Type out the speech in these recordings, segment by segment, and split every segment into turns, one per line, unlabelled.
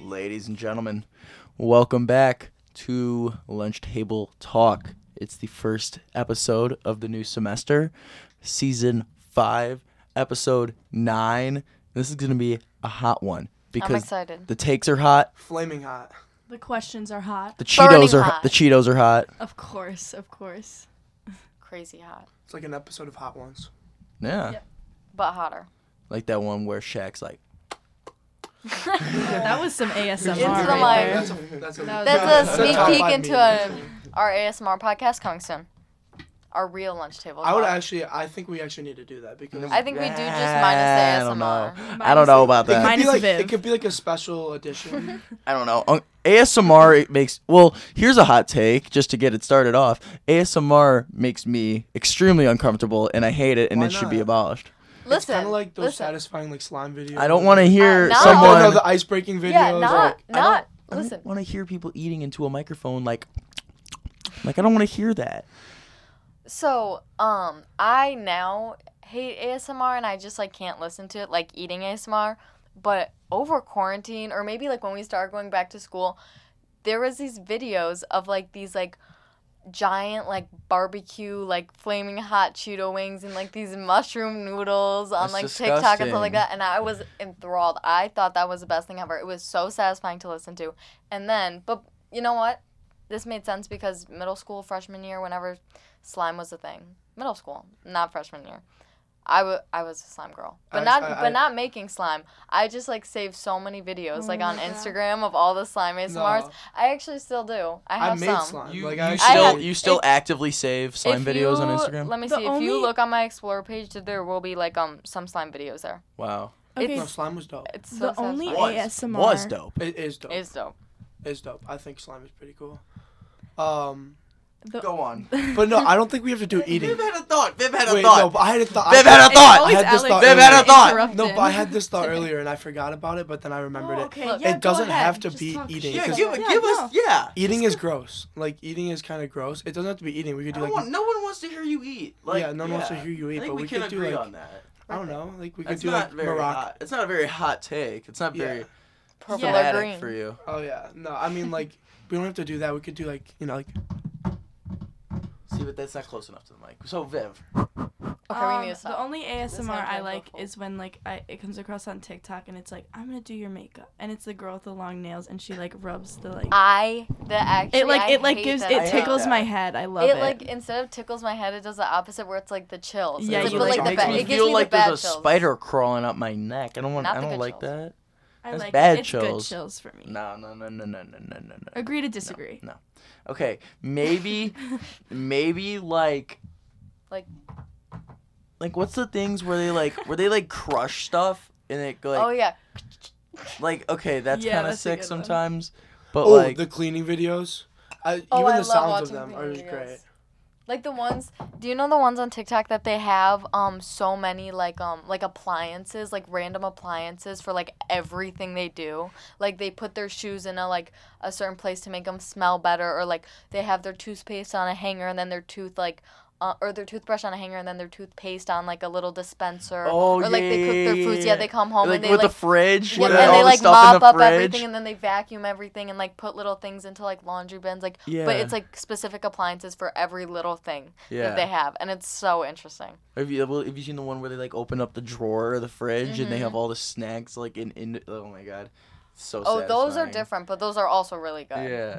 Ladies and gentlemen, welcome back to Lunch Table Talk. It's the first episode of the new semester, season five, episode nine. This is going to be a hot one because
excited.
the takes are hot,
Flaming hot.
The questions are hot.
the Cheetos
Burning
are
hot.
the Cheetos are hot.
Of course, of course.
Crazy hot,
It's like an episode of Hot Ones.
Yeah,
Yep.
but hotter.
like that one where Shaq's like,
That was some ASMR.
Into the
right there.
mic.
That's a, that's a,
That's a sneak
top
peek
five
into
meme.
a, our ASMR podcast coming soon. Our real lunch table.
I would
talk.
actually. I think we actually need to do that because
I think we do just
"Yeah, I
minus the
don't
ASMR.
know. I don't know about
it could
that.
Minus
be like
Viv.
it could be like a special edition.
I don't know. Um, ASMR it makes well. Here's a hot take, just to get it started off. ASMR makes me extremely uncomfortable, and I hate it, and
Why
it should be
not?
abolished.
it's
Listen,
kind of like those
listen.
satisfying like slime videos.
I don't want to hear
Uh, no.
Like,
someone.
you know, the ice breaking videos.
yeah, not
like,
not
I don't
listen.
want to hear people eating into a microphone like, like I don't want to hear that.
So, um, I now hate ASMR and I just like can't listen to it, like eating ASMR. But over quarantine, or maybe like when we started going back to school, there was these videos of like these like giant like barbecue like flaming hot Cheeto wings and like these mushroom noodles on
That's
like TikTok and stuff
disgusting.
like that. And I was enthralled. I thought that was the best thing ever. It was so satisfying to listen to. And then, but you know what? This made sense because middle school freshman year, whenever slime was a thing, middle school, not freshman year. I wa- I was a slime girl, but
I-
not
I-
but
I-
not making slime. I just like saved so many videos like
Oh
on
my God.
Instagram of all the slime ASMRs.
No.
I actually still do. I
I
have
made
some.
slime.
You,
like
you
I
still
have-
you still
if-
actively save slime
If
videos on
you-
Instagram.
Let me see.
The
if
only-
you look on my Explorer page, there will be like um some slime videos there.
wow,
Okay,
No, slime was dope.
It's so
the only
satisfying.
was,
ASMR
was dope.
It is dope.
It's dope.
It's dope. I think slime is pretty cool. Um,
The,
Go on.
but no, I don't think we have to do eating.
Viv had a thought. Viv had a
Wait, no,
thought.
but I had a thought.
Viv
I-
had a
It's
thought.
always
I had this
Alex
thought
that
Viv had a
gets
thought.
interrupted.
No, but I had this thought earlier and I forgot about it, but then I remembered
Oh,
it.
okay,
Look,
yeah,
it
go
doesn't
ahead.
have to
Just
be
talk.
eating.
Yeah,
Because-
give, give us yeah.
Eating is gross. Like eating is kind of gross. It doesn't have to be eating. We could do like
no one wants to hear you eat.
yeah, no one wants to hear you eat,
I
but
think we, can
could do
agree
like
on that.
I don't know, like we could
It's
do
not
like
very
Morocco.
hot. It's not a very hot take. It's not very
Yeah.
Purple
Yeah.
or
dramatic
green.
for you.
Oh yeah, no, I mean like we don't have to do that. We could do like you know like
See, but that's not close enough to the mic. So Viv,
Okay, we need
Um,
to stop.
the only
is
ASMR
not
I
very
like
helpful.
is when like I, it comes across on TikTok and it's like I'm gonna do your makeup and it's the girl with the long nails and she like rubs the like
I the actually
it like
Ah, I
it like
hate
gives
that
I
it
idea.
hate
tickles
that.
my head I love
It,
it,
like instead of tickles my head, it does the opposite where it's like the chills.
Yeah,
it's
you
but, like
like that.
the
makes
bad.
me
It gives
feel
me
like
the bad
there's a
chills.
spider crawling up my neck. I don't want.
Not
I
the
don't
good
like
chills.
that.
I
that's
like
bad
it. it's
chills.
good chills for me
No, no, no, no, no, no, no, no, no.
agree to disagree
No. Okay, maybe, maybe like,
Like-
like what's the things where they like where they like crush stuff and it like
oh yeah,
like okay that's
Yeah,
kind of
that's a
sick
good one.
sometimes, but
oh
like
the cleaning videos. I,
Oh,
even
I love
the sounds of
watching
them are
cleaning
just
videos.
great.
like the ones. Do you know the ones on TikTok that they have um so many like um like appliances, like random appliances for like everything they do. Like they put their shoes in a like a certain place to make them smell better, or like they have their toothpaste on a hanger and then their tooth like. Uh, or their toothbrush on a hanger and then their toothpaste on like a little dispenser.
Oh,
or like they cook
yeah,
their
yeah,
foods.
yeah.
Yeah, they come home
like
and they
with
like
the fridge,
Yeah,
with
and
all
they
the
like
stuff in
mop
the
up
fridge.
everything and then they vacuum everything and like put little things into like laundry bins. Like,
Yeah.
but it's like specific appliances for every little thing
yeah.
that they have, and it's so interesting.
have you well, have you seen the one where they like open up the drawer of the fridge and
Mm-hmm.
they have all the snacks like in in? Oh my god, it's so.
oh, those are
satisfying.
different, but those are also really good.
Yeah.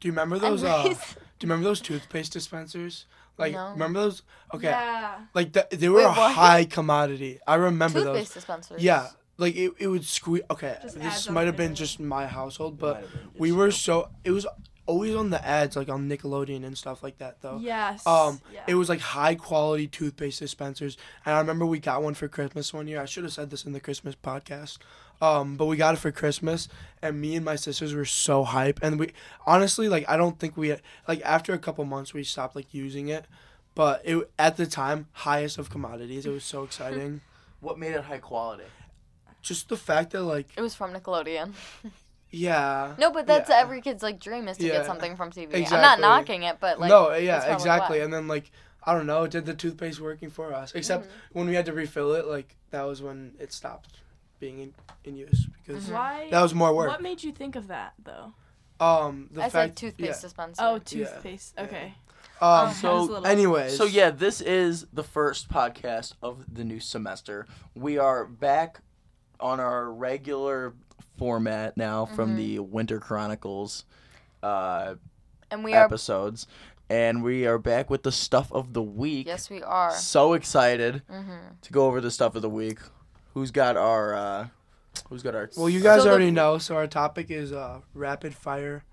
Do you remember those? Uh, do you
Anyways.
remember those toothpaste dispensers? Like
No.
remember those? Okay,
yeah
like the, they were
Wait,
a
what?
high commodity. I remember those.
Toothpaste dispensers.
Yeah, like it, it would squeak. Okay,
Just adds
this
up
might have
to
been
it.
just my household,
Might
but
have been
we
just
were
you.
so it was always on the ads, like on Nickelodeon and stuff like that, though.
yes
Um,
yeah.
it was like high quality toothpaste dispensers, and I remember we got one for Christmas one year. I should have said this in the Christmas podcast, um, but we got it for Christmas, and me and my sisters were so hype, and we honestly like I don't think we like after a couple months we stopped like using it, but it at the time highest of commodities. It was so exciting.
What made it high quality?
Just the fact that like
It was from Nickelodeon.
yeah.
No, but that's
Yeah.
every kid's like dream is to
Yeah.
get something from TV. I'm not
Exactly.
knocking it, but like
no,
it's
yeah,
probably
exactly.
why.
And then like I don't
Mm-hmm.
know, did the toothpaste working for us? Except when we had to refill it, like that was when it stopped. being in, in use because
Mhm.
Why?
that was more work.
what made you think of that though?
Um, the
I said
fact,
toothpaste Uh-huh. dispenser.
Oh,
Yeah,
toothpaste.
yeah.
Okay.
yeah.
Um,
Um,
so-
I was a little-
anyways,
So yeah, this is the first podcast of the new semester. We are back on our regular format now from
Mhm.
the Winter Chronicles uh,
and we are.
episodes, and we are back with the stuff of the week.
Yes, we are.
So excited
Mm-hmm.
to go over the stuff of the week. Who's got our? Uh, who's got our?
Well, you guys
So the-
already know. So our topic is uh, rapid fire,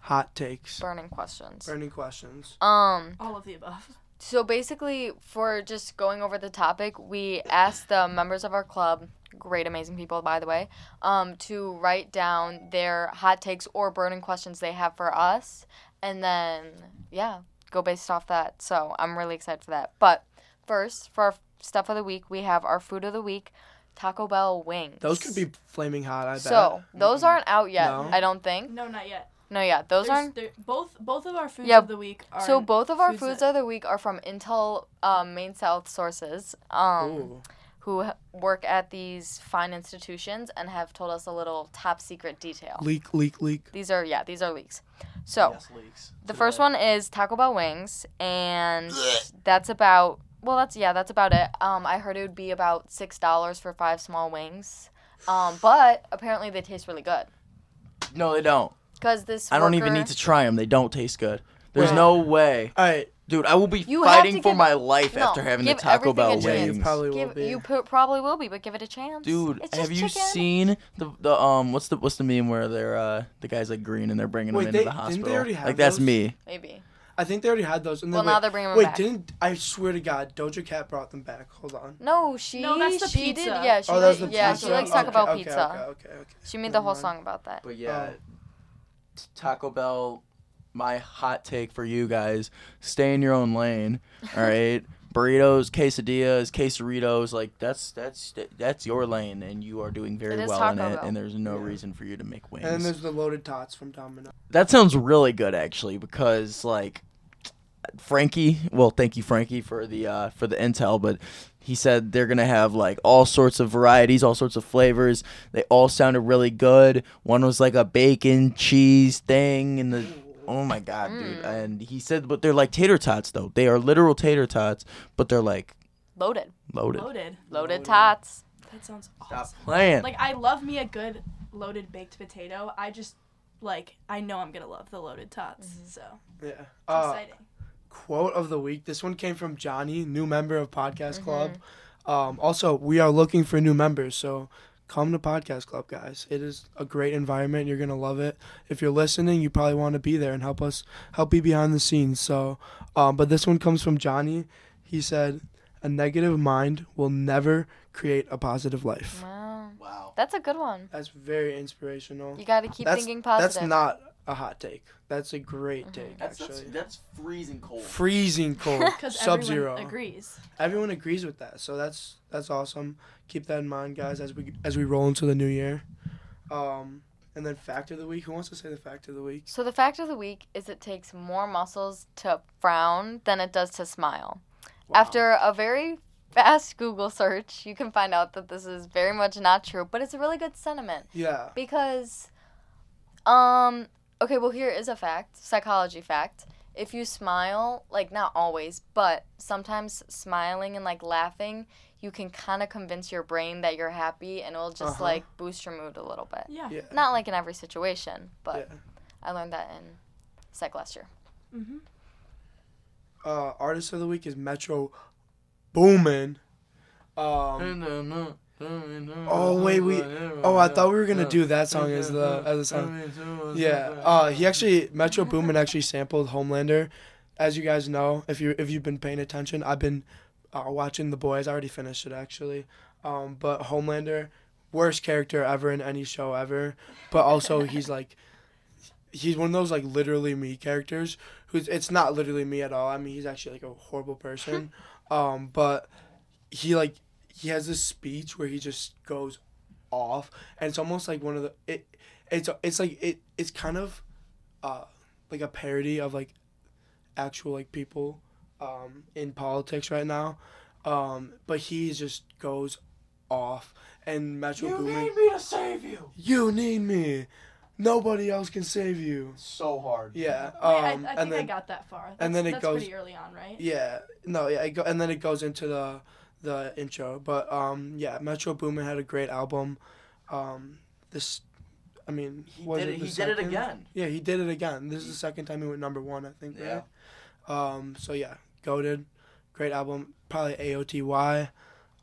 hot takes,
Burning questions.
burning questions.
Um.
All of the above.
So basically, for just going over the topic, we asked the members of our club, great, amazing people, by the way, um, to write down their hot takes or burning questions they have for us, and then yeah, go based off that. So I'm really excited for that. But first, for our stuff of the week, we have our food of the week, Taco Bell wings.
Those could be flaming hot. I bet.
So those
Mhm.
aren't out yet.
No.
I don't think.
No, not yet.
No, yeah, those
There's-
aren't.
there- both both of our foods
Yeah,
of the week are
So both of our
foods
foods
that-
of the week are from Intel um, Main South sources, um,
Ooh.
who h- work at these fine institutions and have told us a little top secret detail.
leak, leak, leak.
These are yeah, these are leaks. So the first one is Taco Bell wings, and that's about well, that's yeah, that's about it. Um, I heard it would be about six dollars for five small wings, um, but apparently they taste really good.
No, they don't.
Cause this
I don't even
worker-
need to try them. They don't taste good. There's
Wait.
no way,
All right.
dude. I will be
You have
fighting
to
for
give-
my life
No,
after having the
give
Taco
everything a
Bell
chance.
Yeah,
wings.
you probably will
Give,
be.
you pro- probably will be, but give it a chance.
Dude,
It's
have
just
you
chicken.
seen the the um what's the what's the meme where they're uh the guy's like green and they're bringing
Wait,
him into
they-
the
didn't they
hospital?
already have
like that's
those?
me.
Maybe.
I think they already had those. And
Well,
then,
now
wait,
they're bringing them
wait,
back.
didn't I swear to God, Doja Cat brought them back? Hold on.
No, she.
No, that's the
she
pizza.
Did, yeah, she.
oh, that was the
did- yeah,
pizza.
she likes
okay,
Taco Bell
okay,
pizza.
Okay, okay, okay.
She made the whole
Never mind.
song about that.
But yeah,
Oh.
t- Taco Bell. My hot take for you guys: stay in your own lane. All right, burritos, quesadillas, quesaritos, like that's that's that's your lane, and you are doing very
It is
well in
Taco
it.
Bell.
And there's no
Yeah.
reason for you to make
And then
wings.
there's the loaded tots from Domino.
That sounds really good, actually, because like Frankie. Well, thank you, Frankie, for the uh, for the intel. But he said they're gonna have like all sorts of varieties, all sorts of flavors. They all sounded really good. One was like a bacon cheese thing, and the oh my god, dude!
Mm.
And he said, but they're like tater tots though. They are literal tater tots, but they're like
Loaded,
loaded.
loaded.
loaded
Loaded.
tots.
That sounds
Stop
awesome.
playing.
Like I love me a good loaded baked potato. I just like I know I'm gonna love the loaded tots. So it's
Yeah. Uh,
exciting.
quote of the week. This one came from Johnny, new member of Podcast
Mm-hmm.
Club. Um, also, we are looking for new members, so come to Podcast Club, guys. It is a great environment. You're gonna love it. If you're listening, you probably want to be there and help us help be behind the scenes. So, um, but this one comes from Johnny. He said, "A negative mind will never create a positive life."
Wow,
wow.
that's a good one.
That's very inspirational.
You got to keep
That's-
thinking positive. Mm-hmm.
That's not a hot take. That's a great take, actually.
that's freezing cold.
Freezing cold,
Because
sub zero.
everyone agrees.
everyone agrees with that. So that's that's awesome. Keep that in mind, guys, as we as we roll into the new year. Um, and then fact of the week. Who wants to say the fact of the week?
So the fact of the week is it takes more muscles to frown than it does to smile. After a very fast Google search, you can find out that this is very much not true, but it's a really good sentiment.
Yeah.
Because, um, okay, well, here is a fact psychology fact. If you smile, like, not always, but sometimes smiling and like laughing, you can kind of convince your brain that you're happy and it'll just
Uh-huh.
like boost your mood a little bit.
Yeah.
Yeah.
Not like in every situation, but
yeah.
I learned that in psych last year.
Mm-hmm.
Uh, artist of the week is Metro Boomin. Um,
Oh
wait, we- oh, I thought we were gonna do that song as the as the song. Yeah. Uh, he actually Metro Boomin actually sampled Homelander. As you guys know, if you if you've been paying attention, I've been uh, watching The Boys. I already finished it actually. Um, but Homelander, worst character ever in any show ever. But also he's like, he's one of those like literally me characters. Who's it's not literally me at all. I mean he's actually like a horrible person. um, but he like he has this speech where he just goes off, and it's almost like one of the it it's it's like it it's kind of uh like a parody of like actual like people um in politics right now um but he just goes off, and Metro Boomin.
me to save you.
You need me. Nobody else can save you.
So hard.
Yeah.
Wait, I, I
Um.
think
and then
I got that far. That's,
then it
that's
goes-
pretty early on, right?
Yeah. No. Yeah. It go, and then it goes into the the intro. But um. Yeah. Metro Boomin had a great album. Um. This. I mean.
He
was
did
it
it.
the
He did it
second?
again.
Yeah. He did it again. This is the second time he went number one. I think.
Yeah.
Right? Um. So yeah. Goaded. Great album. Probably AOTY.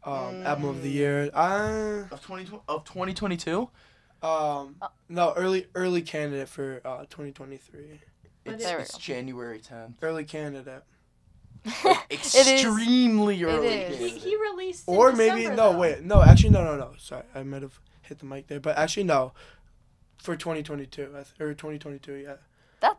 Um. Album of the
Mm.
year. Uh.
Of twenty of twenty twenty two.
Um. No. Early. Early candidate for uh 2023.
But
It's,
it- There we
it's
go.
January tenth.
Early candidate.
Extremely early.
is.
He,
days.
he released. in
Or maybe
December,
no,
though.
wait, no. Actually, no, no, no. Sorry, I might have hit the mic there, but actually, no. For 2022, I th- or 2022, yeah.
That-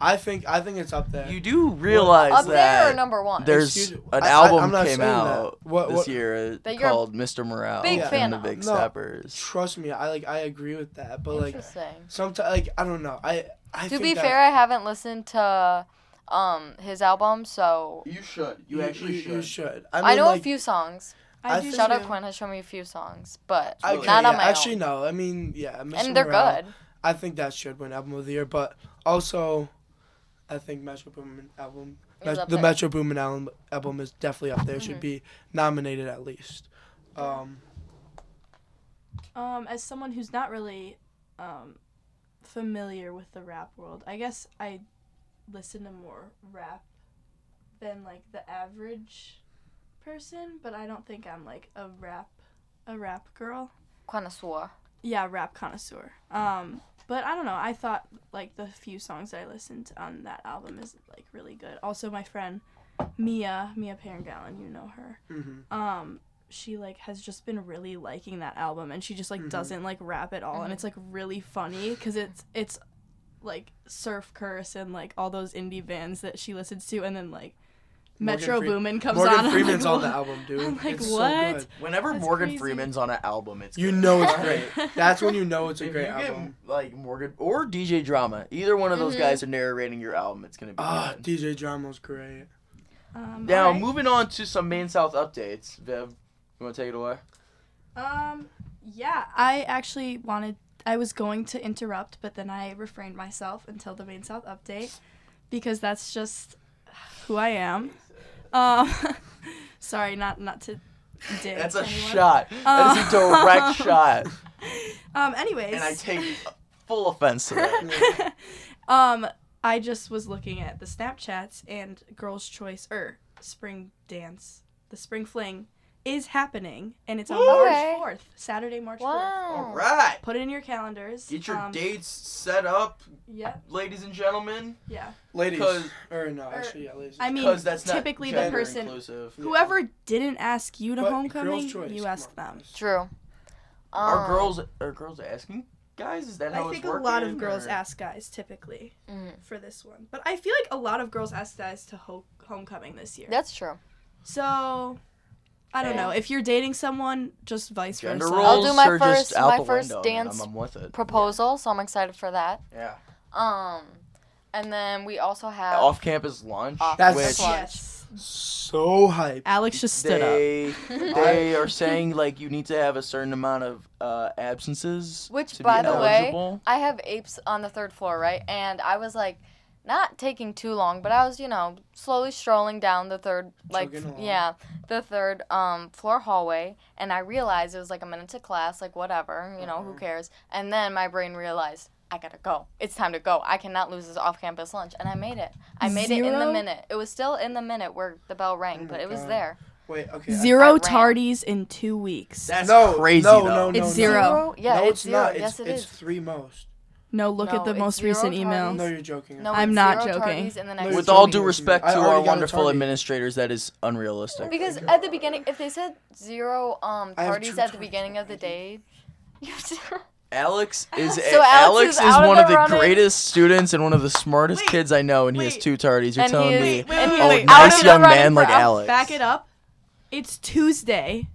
I think I think it's up there.
You do realize
Up there or
that
number one?
there's
Excuse-
an
I- I- I'm
album
not
came
saying that.
out
What-
this
what-
year uh,
That you're a
called Mr. Morale
big
and
fan
the
of.
Big
No.
Steppers.
Trust me, I like I agree with that, but like
Interesting.
sometimes like I don't know. I I
to
think
be
that-
fair, I haven't listened to um his album, so
You should.
you, You should. I, mean,
I, know
like,
a few songs.
I
I
do
think-
Shout out
too.
Quinn has shown me a few songs, but
It's really
okay,
not on
yeah,
my
actually,
own.
no. I mean, yeah. Mr.
And they're
Morale,
good.
I think that should win album of the year, but also, I think Metro Boomin album,
Is
Met-
up there.
the
Mm-hmm.
Metro Boomin album, album is definitely up there. It Should be nominated at least. Um,
Um, as someone who's not really, um, familiar with the rap world, I guess I listen to more rap than like the average person, but I don't think I'm like a rap, a rap girl.
Connoisseur.
Yeah, rap connoisseur. Um, but I don't know. I thought like the few songs that I listened on that album is like really good. Also, my friend Mia, Mia Parangallen, you know her.
mhm.
Um, she like has just been really liking that album, and she just like
Mhm.
doesn't like rap at all, and
Mm-hmm.
Mhm.
it's like really funny because it's it's like Surf Curse and like all those indie bands that she listens to, and then like
Morgan
Metro
Freem-
Boomin comes
Morgan
on. and I'm
Freeman's
like,
on the
"What?"
album, dude.
I'm like,
It's so
what?
good.
Whenever
That's
Morgan
crazy.
Freeman's on an album, it's
You
good.
know it's great. That's when you know it's
If
a
you
great
get,
album.
like Morgan or DJ Drama, either one of those
Mm-hmm.
Mhm.
guys are narrating your album. It's gonna be
Ah,
good.
DJ Drama's great.
Um,
Now
alright.
moving on to some main South updates. Viv, you want to take it away?
Um, yeah, I actually wanted, I was going to interrupt, but then I refrained myself until the Main South update because that's just who I am. Um, sorry, not, not to dig.
That's a
anyone.
shot. that is a
Uh,
direct shot,
Um, anyways.
and I take full offense to that.
um, I just was looking at the Snapchats and Girls' Choice or Spring Dance, the Spring Fling is happening, and it's on
Woo!
Okay.
March fourth, Saturday, March fourth.
All
Wow.
right,
Put it in your calendars.
get your
Oh. um,
dates set up,
Yep.
ladies and gentlemen,
Yeah.
Ladies,
'Cause-
or
er,
no, actually, yeah, ladies.
I mean,
because that's not
typically the
gender
person
inclusive.
Yeah.
whoever didn't ask you to
But
homecoming,
girls' choice,
you
come
asked
on,
them.
guys.
True.
are
Um,
girls are girls asking guys? Is that how
I
it's
think a lot of
working,
girls
or-
ask guys typically
Mhm.
for this one, but I feel like a lot of girls asked guys to ho- homecoming this year.
That's true.
So, I don't know. If you're dating someone, just vice
Gender
versa.
roles
I'll do my
are just
first-
out
my
the
first
window, man.
dance
I'm, I'm with it.
Proposal, so I'm excited for that.
Yeah.
Um, and then we also have
Off campus lunch.
Off
That's-
which
campus lunch.
Yes.
So hype.
Alex just stood up.
they
up.
they are saying like you need to have a certain amount of uh, absences.
Which,
to be
by
the way-
eligible.
I have apes on the third floor, right? And I was like, not taking too long, but I was, you know, slowly strolling down the third, like,
Chugging along.
yeah, the third um, floor hallway, and I realized it was like a minute to class, like whatever, you know, who
Mhm.
cares? And then my brain realized. I gotta go. It's time to go. I cannot lose this off-campus lunch, and I made it. I made it in the
Zero?
minute. It was still in the minute where the bell rang,
Oh my
but it was
God.
there.
Wait, okay. I-
I
Zero
ran.
tardies in two weeks.
That's
no,
crazy
no,
though.
no, no,
It's
no.
zero.
Yeah,
no,
it's, zero.
not.
yes,
it's,
it
it's
is.
three most.
no, look
No,
at the
it's
most
zero
recent email.
tardies.
No, you're joking.
No,
I'm
it's
not
zero
joking.
tardies in the next
With
Two
all
two
due
weeks.
respect
I
to
already
our
got a
wonderful
tardy.
administrators, that is unrealistic.
Because
God.
at the beginning, if they said zero um
I have
parties
two
at the
choices
beginning of the day,
already.
you just-
Alex is a-
So Alex
Alex,
is
is
out of
one of
the
the
running?
greatest students and one of the smartest
Wait,
kids I know, and he has
wait.
two tardies. You're
and
telling
he
me,
is,
me-
and he
Oh,
oh,
is out
nice
of
nice
the
young
running
man
for
like
out-
Alex.
Back it up. It's Tuesday.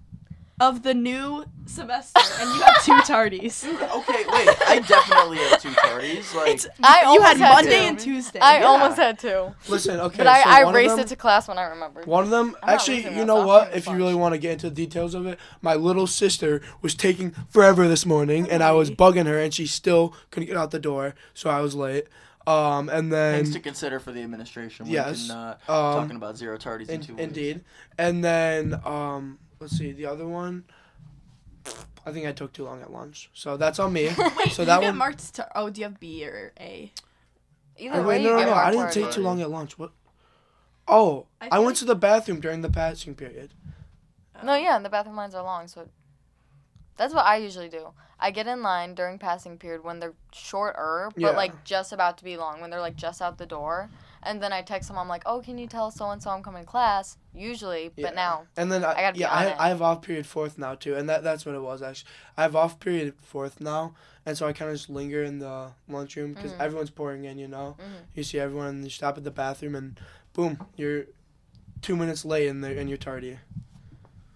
of the new semester, and you have two tardies.
okay, wait. I definitely have two parties. Like,
It's
I
you had
almost had
Monday
to.
and Tuesday.
I
Yeah.
almost had two,
Listen, okay.
but I,
so
I
one of
raced
them-
it to class when I remembered.
One of them,
I'm not
actually,
losing
you
that
know
stuff.
what?
I'm
If you
fine.
really want to get into the details of it, my little sister was taking forever this morning, and I was bugging her, and she still couldn't get out the door, so I was late. Um, and then
things to consider for the administration.
Yes,
Yes. Can, uh,
um,
talking about zero tardies in,
in-
two weeks.
indeed, and then um, let's see the other one. I think I took too long at lunch, so that's on me.
Wait,
so
you
that
get
one-
marked to. Oh, do you have B or A?
Either
Oh,
way,
wait,
you
no, no,
get
no! I
marked
didn't
for
take
it.
too long at lunch. What? Oh,
I
I
feel
went
like-
to the bathroom during the passing period.
No, yeah, and the bathroom lines are long, so it- that's what I usually do. I get in line during passing period when they're shorter, but
Yeah.
like just about to be long, when they're like just out the door. And then I text them, I'm like, oh, can you tell so and so I'm coming to class? Usually,
Yeah.
but now.
And then I,
I gotta be
yeah,
on
I,
it.
I have off period fourth now too, and that that's what it was actually. I have off period fourth now, and so I kind of just linger in the lunchroom because
Mhm.
everyone's pouring in, you know.
Mhm.
You see everyone, and you stop at the bathroom, and boom, you're two minutes late, and they're- and you're tardy.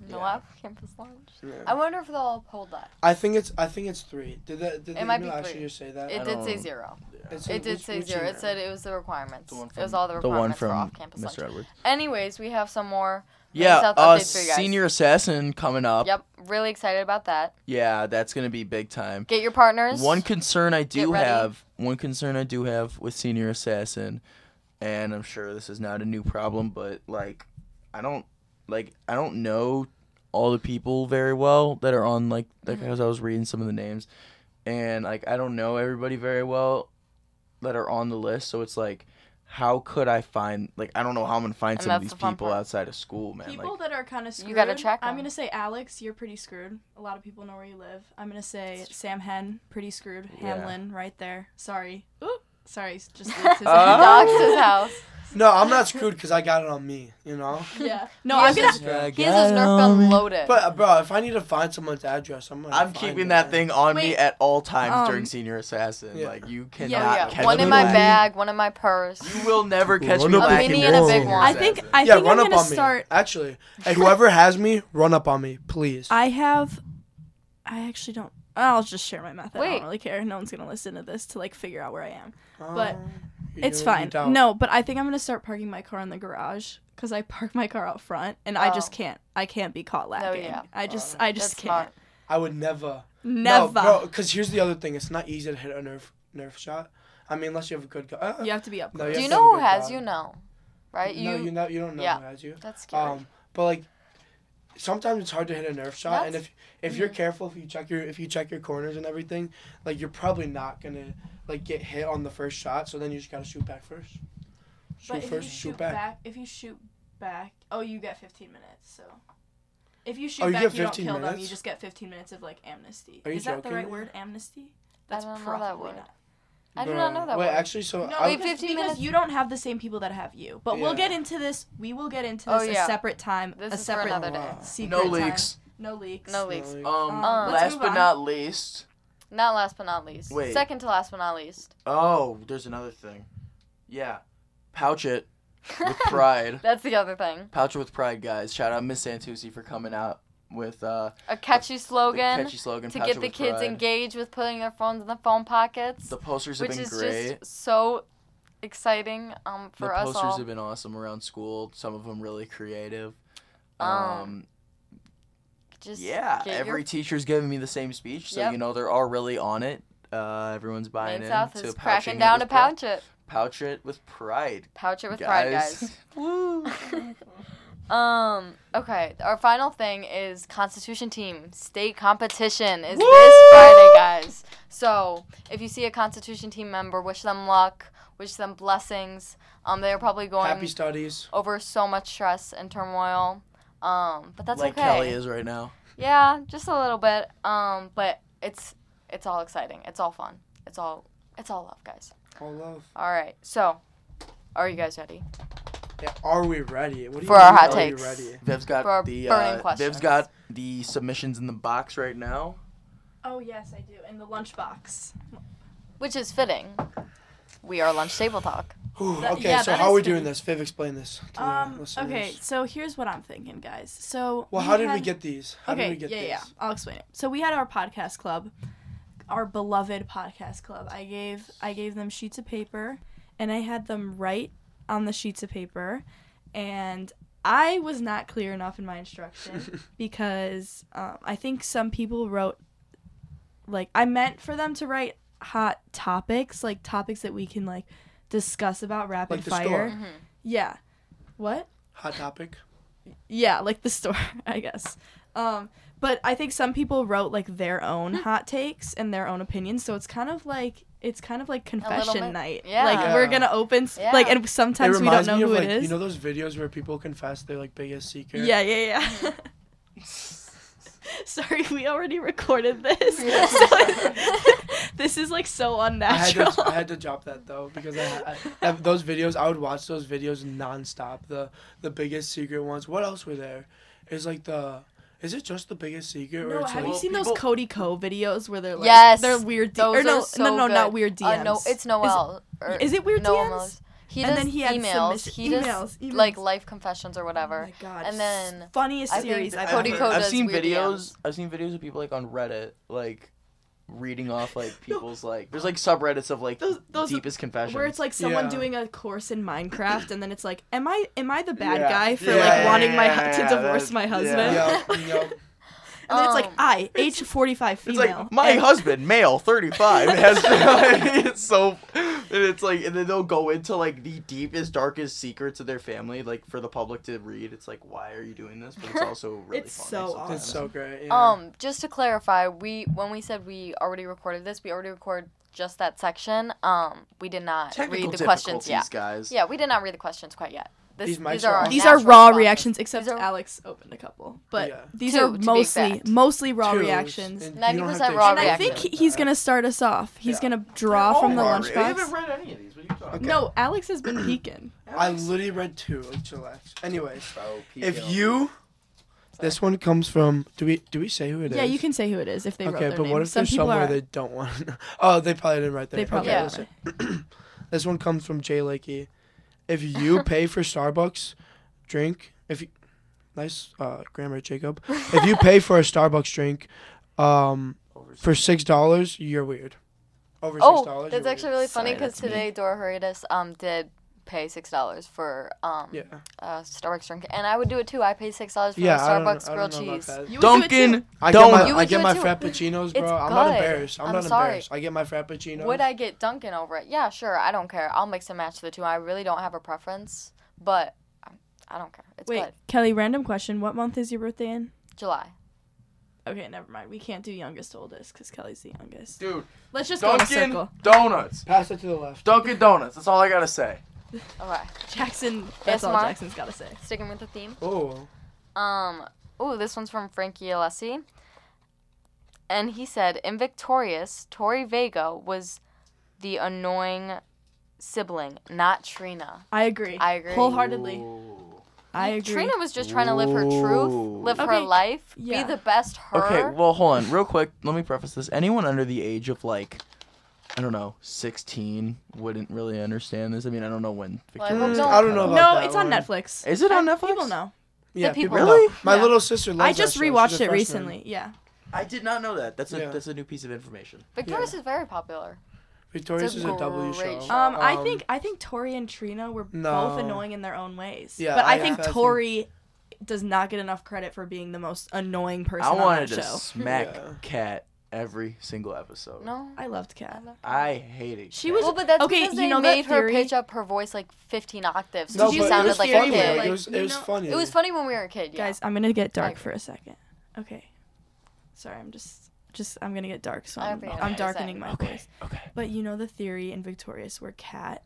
No
Yeah.
app campus lunch.
Yeah.
I wonder if they'll all hold that.
I think it's I think it's three. Did that did
It
the
might
email
be
actually
three.
just say that?
It
I
did say
don't-
zero.
It's in-
It did
which-
say
which
zero. It
email?
said it was the requirements.
The one
it was
from-
all the
The one
requirements for
from
off campus lunch.
Mr. Edwards.
Anyways, we have some more.
Yeah,
South
uh,
updates for you guys.
senior assassin coming up.
Yep, really excited about that.
Yeah, that's gonna be big time.
Get your partners.
One concern I do
ready.
have, one concern I do have with senior assassin, and I'm sure this is not a new problem, but like, I don't like I don't know all the people very well that are on like like
Mm-hmm.
as I was reading some of the names, and like I don't know everybody very well that are on the list, so it's like. How could I find like I don't know how I'm gonna find
And
some of
that's
these
the fun
people
part.
outside of school, man.
People
like,
that are kind of screwed.
gotta track
I'm
them.
gonna say Alex, you're pretty screwed. A lot of people know where you live. I'm gonna say Sam Hen, pretty screwed.
Yeah.
Hamlin, right there. Sorry. Oop. Sorry, s- just leaked his
Oh.
name.
Doxed his house.
No, I'm not screwed because I got it on me. You know.
Yeah. No, I'm gonna.
He has his Nerf gun loaded.
But uh, bro, if I need to find someone's address, I'm gonna.
I'm
find
keeping
it,
that
man.
thing on me
Wait,
at all times
um,
during Senior Assassin.
Yeah.
Like you
Yeah,
cannot
yeah,
catch
one
me
in my
lacking.
bag, one in my purse.
You will never catch
One
me
up on
lacking.
me
during
and a big
Senior
one.
I think.
Assassin.
I
yeah,
think I'm
run up
gonna
on
start.
me. Actually, hey, whoever has me, run up on me, please.
I have. I actually don't. I'll just share my method. I
Wait.
don't really care. No one's gonna listen to this to like figure out where I am.
Um,
but
you
It's
do what you
fine.
doubt.
No, but I think I'm gonna start parking my car in the garage because I park my car out front, and I just
Oh.
can't. I can't be caught lacking.
yeah.
I just. I just
That's
can't.
smart.
I would never.
Never.
No, because here's the other thing: it's not easy to hit a nerf nerf shot. I mean, unless you have a good gun. Uh,
You have to be up
No,
Oh,
you
close.
Do you
Yes,
know
I'm
who
good
has
dog.
you? No, right?
no, you know you don't know
yeah.
who has you.
That's scary.
Um, but like, sometimes it's hard to hit a nerf shot, and
That's-
if if you're careful, if you check your if you check your corners and everything, like you're probably not gonna like get hit on the first shot. So then you just gotta shoot back first. Shoot
But if
first,
you shoot,
shoot,
back. if you shoot back, oh, you get 15 minutes. So if you shoot
Oh, you
back,
get
you don't
15
kill them. You
minutes?
just get 15 minutes of like amnesty.
Are you
Is that the
joking?
right word? Amnesty? That's
don't know that
probably
word.
not.
I do not know that
Wait,
word.
actually, so
No,
I,
wait,
because,
15
because
minutes-
you don't have the same people that have you. But we'll
Yeah.
get into this. We will get into
Oh,
this
yeah.
a separate time.
This
a
is for
separate
another day.
Wow.
secret
no
time.
leaks.
No leaks.
No leaks.
Really?
Um,
Um, let's
last
move
but
on.
not least.
Not last but not least.
Wait.
Second to last but not least.
Oh, there's another thing. Yeah, pouch it with pride.
That's the other thing.
pouch it with pride, guys. Shout out Miss Santucci for coming out with uh
A catchy
the
slogan
catchy slogan
to
pouch
get
it
the
with
kids
pride.
engaged with putting their phones in the phone pockets,
The posters have
which
been
is
great.
just so exciting um, for
the
us
posters
all.
have been awesome around school. Some of them really creative. Um,
Um, Just
yeah,
get
every
your
teacher's giving me the same speech, so
Yep.
you know they're all really on it. Uh, everyone's buying
main
in
south
to
is
pouching
cracking
it
down to
with pri-
pouch it.
Pouch it with pride,
Pouch it with
guys.
pride, guys. um. Okay. Our final thing is Constitution Team State competition is this Friday, guys. So if you see a Constitution Team member, wish them luck, wish them blessings. Um, they are probably going
Happy studies.
over so much stress and turmoil. Um, but that's
like
okay.
Kelly is right now.
Yeah, just a little bit. Um, but it's it's all exciting. It's all fun. It's all it's all love, guys.
All love.
All right. So, are you guys ready?
Yeah, are we ready? What do you
For our
mean,
hot
are you
takes.
ready?
Viv's
For our
got the
burning
uh,
questions.
Viv's got the submissions in the box right now.
Oh yes, I do. In the lunchbox.
Which is fitting. We are lunch table talk.
Whew,
That-
okay,
yeah,
so
that
how
is
are we doing
fitting.
this? Viv, explain this. To the
Um,
listeners.
okay, so here's what I'm thinking, guys. So
Well, how did we
had-
get these? How did
okay,
we get
yeah,
these?
yeah. I'll explain it. So we had our podcast club, our beloved podcast club. I gave I gave them sheets of paper, and I had them write on the sheets of paper, and I was not clear enough in my instruction because um, I think some people wrote like I meant for them to write hot topics, like topics that we can like discuss about rapid
Like the
fire.
Mm-hmm.
store.
Yeah. What?
Hot topic.
yeah like the store i guess um but i think some people wrote like their own
Hmm.
hot takes and their own opinions so it's kind of like it's kind of like confession
bit-
night
yeah.
like we're
Yeah.
gonna open s
Yeah.
like and sometimes we don't know
me
who
of
it
like
is
you know those videos where people confess their like biggest secret.
yeah yeah
Mm-hmm.
yeah sorry we already recorded this
Yeah.
so this is like so
I had,
unnatural
to, I had to drop that though because I, I, I- those videos I would watch those videos nonstop. The the biggest secret ones. What else were there? It's like the is it just the biggest secret or
no,
it's
have
like
you seen those
people-
Cody Co videos where they're like
Yes.
they're weird D-
Those
or no
are so
no no
good.
not weird DMs
Uh, no, it's Noel. or
is it weird
Noel
DMs?
Mills. He does
And then he had
emails.
submission-
He does
emails, emails.
like life confessions or whatever.
Oh my god.
And then
funniest
I think
series I've
Cody
ever.
Code
I've
does
seen
weird
videos.
DMs.
I've seen videos of people like on Reddit, like reading off like people's like. There's like subreddits of like
Those- those-
deepest confessions.
where it's like someone
Yeah.
doing a course in Minecraft and then it's like am I am I the bad
Yeah.
guy for
Yeah,
like
yeah,
wanting my
yeah,
hu-
yeah,
to divorce
that's-
my
yeah.
husband
yeah,
Yeah.
yeah.
Oh and then it's like
Um,
I age 45
It's
female
like my
and-
husband, male, thirty-five. Has it's so, and it's like, and then they'll go into like the deepest, darkest secrets of their family, like for the public to read. It's like, why are you doing this? But it's also really
It's
funny
so
sometimes.
awesome.
It's so great. yeah.
Um, just to clarify, we when we said we already recorded this, we already recorded just that section. Um, we did not
Technical
read the questions. Yeah,
difficulties, guys.
yeah, we did not read the questions quite yet. This,
These
these,
mics
are
are
our
awesome.
these are
natural
raw
responses.
reactions except
These are-
Alex opened a couple but
Yeah.
these
Two,
are
to be
mostly
exact.
mostly raw
Two,
reactions
and
and,
you don't have
90%
to
raw
explain
I
reactions.
think
it
he-
like
he's
that.
gonna start us off he's
Yeah.
gonna draw
Oh,
from the
Rory, I
lunchbox
haven't read any of these. What are you talking
Okay.
no Alex has been peeking
I literally read two. like, Chillax. Anyways,
about?
if you, this one comes from. Do we do we say who it is?
yeah you can say who it is if they wrote
Okay,
their
but
name
what if
some
there's
people
somewhere
are
they don't want? to know? Oh, they probably didn't write that.
they probably
okay,
Yeah.
are.
listen. This one comes from Jay Lakey. If you pay for Starbucks drink, if you, nice uh, grammar, Jacob. If you pay for a Starbucks drink, um, for six dollars, you're weird. Over six
Oh,
dollars.
that's actually really funny
Sorry,
because
that's me.
today Dora Heritas um did pay six dollars for um
Yeah.
a Starbucks drink, and I would do it too. I paid six dollars for
Yeah.
a
I don't,
Starbucks
I
grilled
don't know
cheese.
about that.
You would do it too.
Dunkin'
I get my,
Donut.
You
I
would
get
do
my
it too.
frappuccinos, bro.
It's
I'm not
good.
embarrassed. I'm,
I'm
not
sorry.
embarrassed. I get my frappuccinos.
Would I get Dunkin' over it? Yeah, sure. I don't care. I'll mix and match the two. I really don't have a preference, but um, I don't care. It's
Wait,
good.
Kelly, random question. What month is your birthday in?
July.
Okay, never mind. We can't do youngest to oldest because Kelly's the youngest.
Dude,
Let's just go in a
Dunkin'
circle.
Donuts.
Pass it to the left.
Dunkin' Donuts. That's all I gotta say.
Okay,
Jackson, that's all
Mark?
Jackson's got to say.
sticking with the theme.
Oh.
Um, ooh, this one's from Frankie Alessi. And he said, in Victorious, Tori Vega was the annoying sibling, not Trina.
I agree.
I agree.
Wholeheartedly.
Ooh.
I agree.
Trina was just trying to live her truth,
Ooh.
live her
Okay,
life,
yeah.
be the best her.
Okay, well, hold on, real quick. Let me preface this. Anyone under the age of like, I don't know, sixteen wouldn't really understand this. I mean, I don't know when.
Well, I
Victoria's
hope
Secret
don't.
came
know
out.
about
no,
that
it's on
one.
Netflix.
Is it on
I-
Netflix?
People know.
Yeah,
The
people.
people-
Really?
know. My
Yeah.
little sister loves
I just
that show. She's a
rewatched it
freshman.
recently. Yeah.
I did not know that. That's a
Yeah.
that's a new piece of information.
Victorious is very popular.
Victorious
It's a
is a W
great
show.
show.
Um, I think I think Tori and Trina were
No.
both annoying in their own ways.
Yeah,
but I,
I-
think
I think-
Tori does not get enough credit for being the most annoying person
I
on
wanted
that
to
show.
smack
Yeah.
Cat every single episode.
No.
I loved Kat.
I hated.
She
Kat.
was
Well, but that's
Okay,
because
you
they
know that
made her
theory?
pitch up her voice like 15 octaves, so
No,
she
but it
sounded
was
like
funny.
a
funny,
kid.
Like,
like,
it was,
you
it was
know-
funny.
It was funny when we were a kid, yeah.
Guys, I'm gonna get dark
agree.
for a second. Okay. Sorry, I'm just just I'm gonna get dark, so
I
I'm,
think I know
I'm
what you're
darkening
saying.
my
okay.
voice.
Okay.
But you know the theory in Victorious where Kat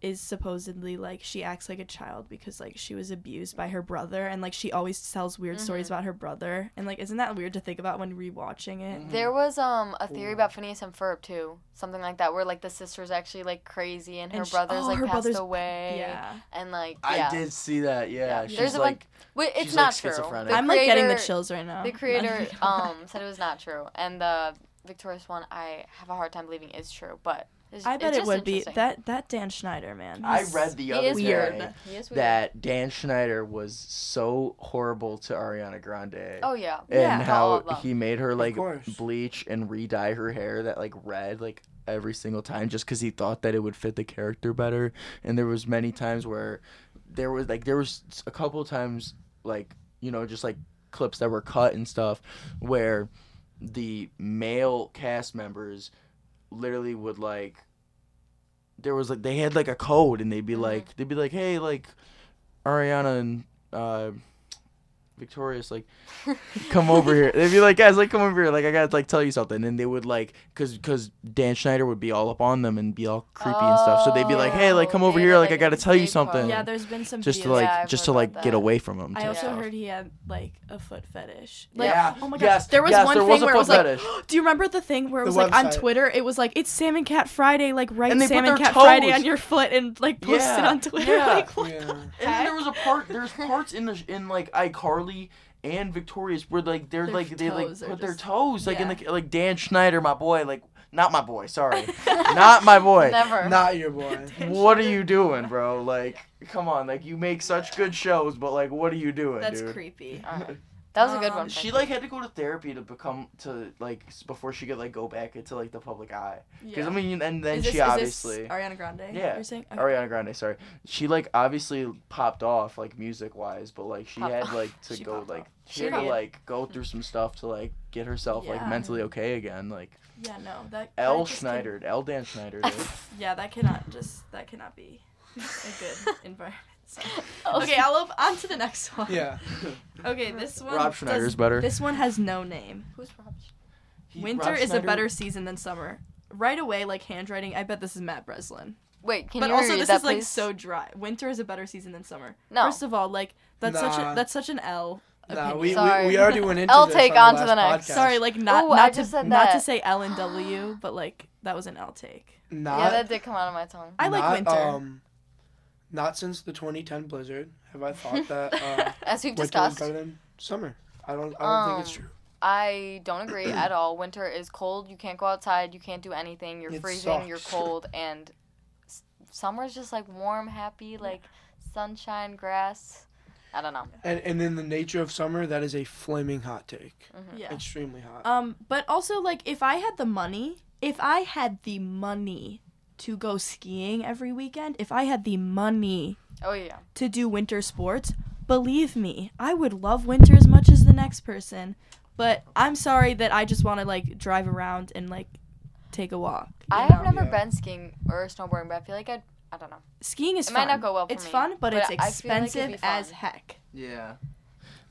is supposedly like she acts like a child because like she was abused by her brother and like she always tells weird stories
Mm-hmm.
about her brother and like isn't that weird to think about when rewatching it?
There was um a theory about Phineas and Ferb too, something like that, where like the sister's actually like crazy and her
And she-
brother's
oh,
like
her
passed
brother's-
away.
Yeah.
And like yeah.
I did see that. Yeah.
Yeah.
She's
There's a
like,
Wait, it's
she's, like,
not true.
schizophrenic.
The
I'm like getting the
creator-
chills right now.
The creator um said it was not true, and the Victorious one I have a hard time believing is true, but It's-
I
it's
bet it
just
would be
interesting.
that that Dan Schneider man.
I
he's-
read the
He
other
is
day
weird.
He is weird.
that Dan Schneider was so horrible to Ariana Grande.
Oh yeah.
and
Yeah.
All of them.
how he made her like
course.
bleach and re-dye her hair that like red like every single time just because he thought that it would fit the character better and there was many times where there was like there was a couple times like you know just like clips that were cut and stuff where the male cast members literally would like there was like they had like a code and they'd be
Mhm.
like they'd be like hey like ariana and uh victorious like come over here. They'd be like, guys, like come over here. Like I gotta like tell you something. And they would like, cause cause Dan Schneider would be all up on them and be all creepy and stuff. So they'd be like, hey, like come
Oh,
over
they
here.
had,
Like I
like,
gotta
a
tell you
safe
something.
home.
Yeah, there's been some
just to
deals.
like,
Yeah, I've
just to
heard
like
about
get
that.
away from him.
I
too,
also
so.
heard he had like a foot fetish. Like,
Yeah.
Oh my gosh.
Yes,
there was
yes,
one
there
thing
was a
where it was
foot
like,
fetish.
do you remember the thing where it
The
was like on
website.
Twitter? It was like, it's Salmon Cat Friday. Like, write
And they put
Salmon
their
Cat Friday
toes.
on your foot and like post it
Yeah,
on Twitter.
yeah.
Like, what
Yeah.
the
And then there
heck?
was a part. There's parts in the sh- in like iCarly and Victorious where like they're
Their
like they like
toes
put
are
their
just-
toes like in
yeah.
the like Dan Schneider, my boy, like not my boy, sorry, not my boy.
Never.
Not your boy.
What are you doing, bro? Like, come on, like you make such good shows, but like, what are you doing,
That's
dude?
creepy.
All right. That was a good
Um,
one. Frank.
She like had to go to therapy to become to like s- before she could like go back into like the public eye. Because I mean, and then
Is
she
this- is this
obviously
Ariana Grande.
Yeah.
You're saying? Okay.
Ariana Grande, sorry, she like obviously popped off like music wise, but like she
Popped
had
off.
like to
She
go
popped
like
off.
she had to
Period.
like go through some stuff to like get herself like
Yeah.
mentally okay again. Like
Yeah, no. That. that
L
just can-
Schneider, L Dan Schneider. dude.
yeah, that cannot just that cannot be a good environment. So.
Oh,
Okay, I'll move on to the next one.
Yeah.
Okay, this one.
Rob
does-
Schneider's better.
This one has no name.
Who's Rob?
He-
Winter
Rob
is a
Schneider-
better season than summer. Right away, like handwriting, I bet this is Matt Breslin.
Wait, can
but
you
also,
read
this
that,
is like
please?
so dry. Winter is a better season than summer.
No.
First of all, like that's such
Nah.
a that's such an L.
Nah,
opinion.
we, we,
Sorry.
we already went into
I'll
this
take
on
on to
the
the
last
next.
podcast.
Sorry, like not
Ooh, I
not to
just said
not to
that.
say L and W, but like that was an L take.
Not,
yeah, that did come out of my tongue.
I like
not,
winter.
Um, not since the 2010 blizzard have I thought that uh,
As we've
winter was
discussed,
better than summer. I don't. I don't think it's
Oh.
Um,
true.
I don't agree at all. Winter is cold. You can't go outside. You can't do anything. You're
It
freezing. You're
sucks.
cold. And s- summer's just like warm, happy, like sunshine, grass. I don't know.
And and in the nature of summer, that is a flaming hot take.
yeah.
Extremely hot.
Um, but also like if I had the money, if I had the money to go skiing every weekend, if I had the money
Oh yeah.
to do winter sports, believe me, I would love winter as much as the next person. But I'm sorry that I just want to like drive around and like take a walk. you
I
know?
have never
Yeah.
been skiing or snowboarding, but I feel like I. I don't know.
Skiing is
It
fun.
might not go well for
it's
me,
fun, but,
but
it's
I feel like it'd
expensive
be
as
fun.
heck.
Yeah.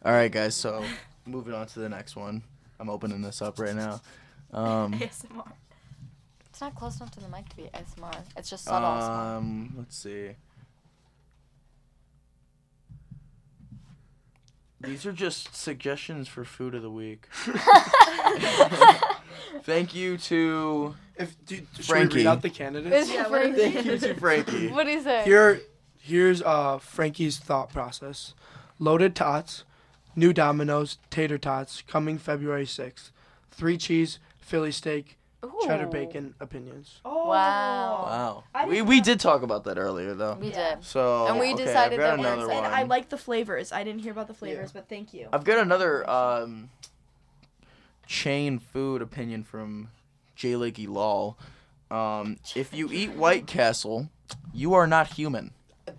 All right, guys. So moving on to the next one. I'm opening this up right now. Um,
ASMR.
It's not close enough to the mic to be ASMR. It's
Uh,
just subtle. ASMR.
um let's see. These are just suggestions for food of the week. Thank you to
if do, should we
Frankie.
read out the candidates?
Yeah,
thank you to Frankie.
What is it?
Here, here's uh Frankie's thought process: loaded tots, new Domino's tater tots coming February 6th, three cheese Philly steak, cheddar
Ooh.
bacon opinions.
Oh.
Wow.
Wow,
I didn't
we we did talk about that earlier though.
We
Yeah.
did.
So
And we
okay,
decided
I've got
that we're
another
excited.
one.
And I like the flavors. I didn't hear about the flavors, but thank you.
I've got another um, chain food opinion from J. Lakey Lol. Um, if you eat White Castle, you are not human.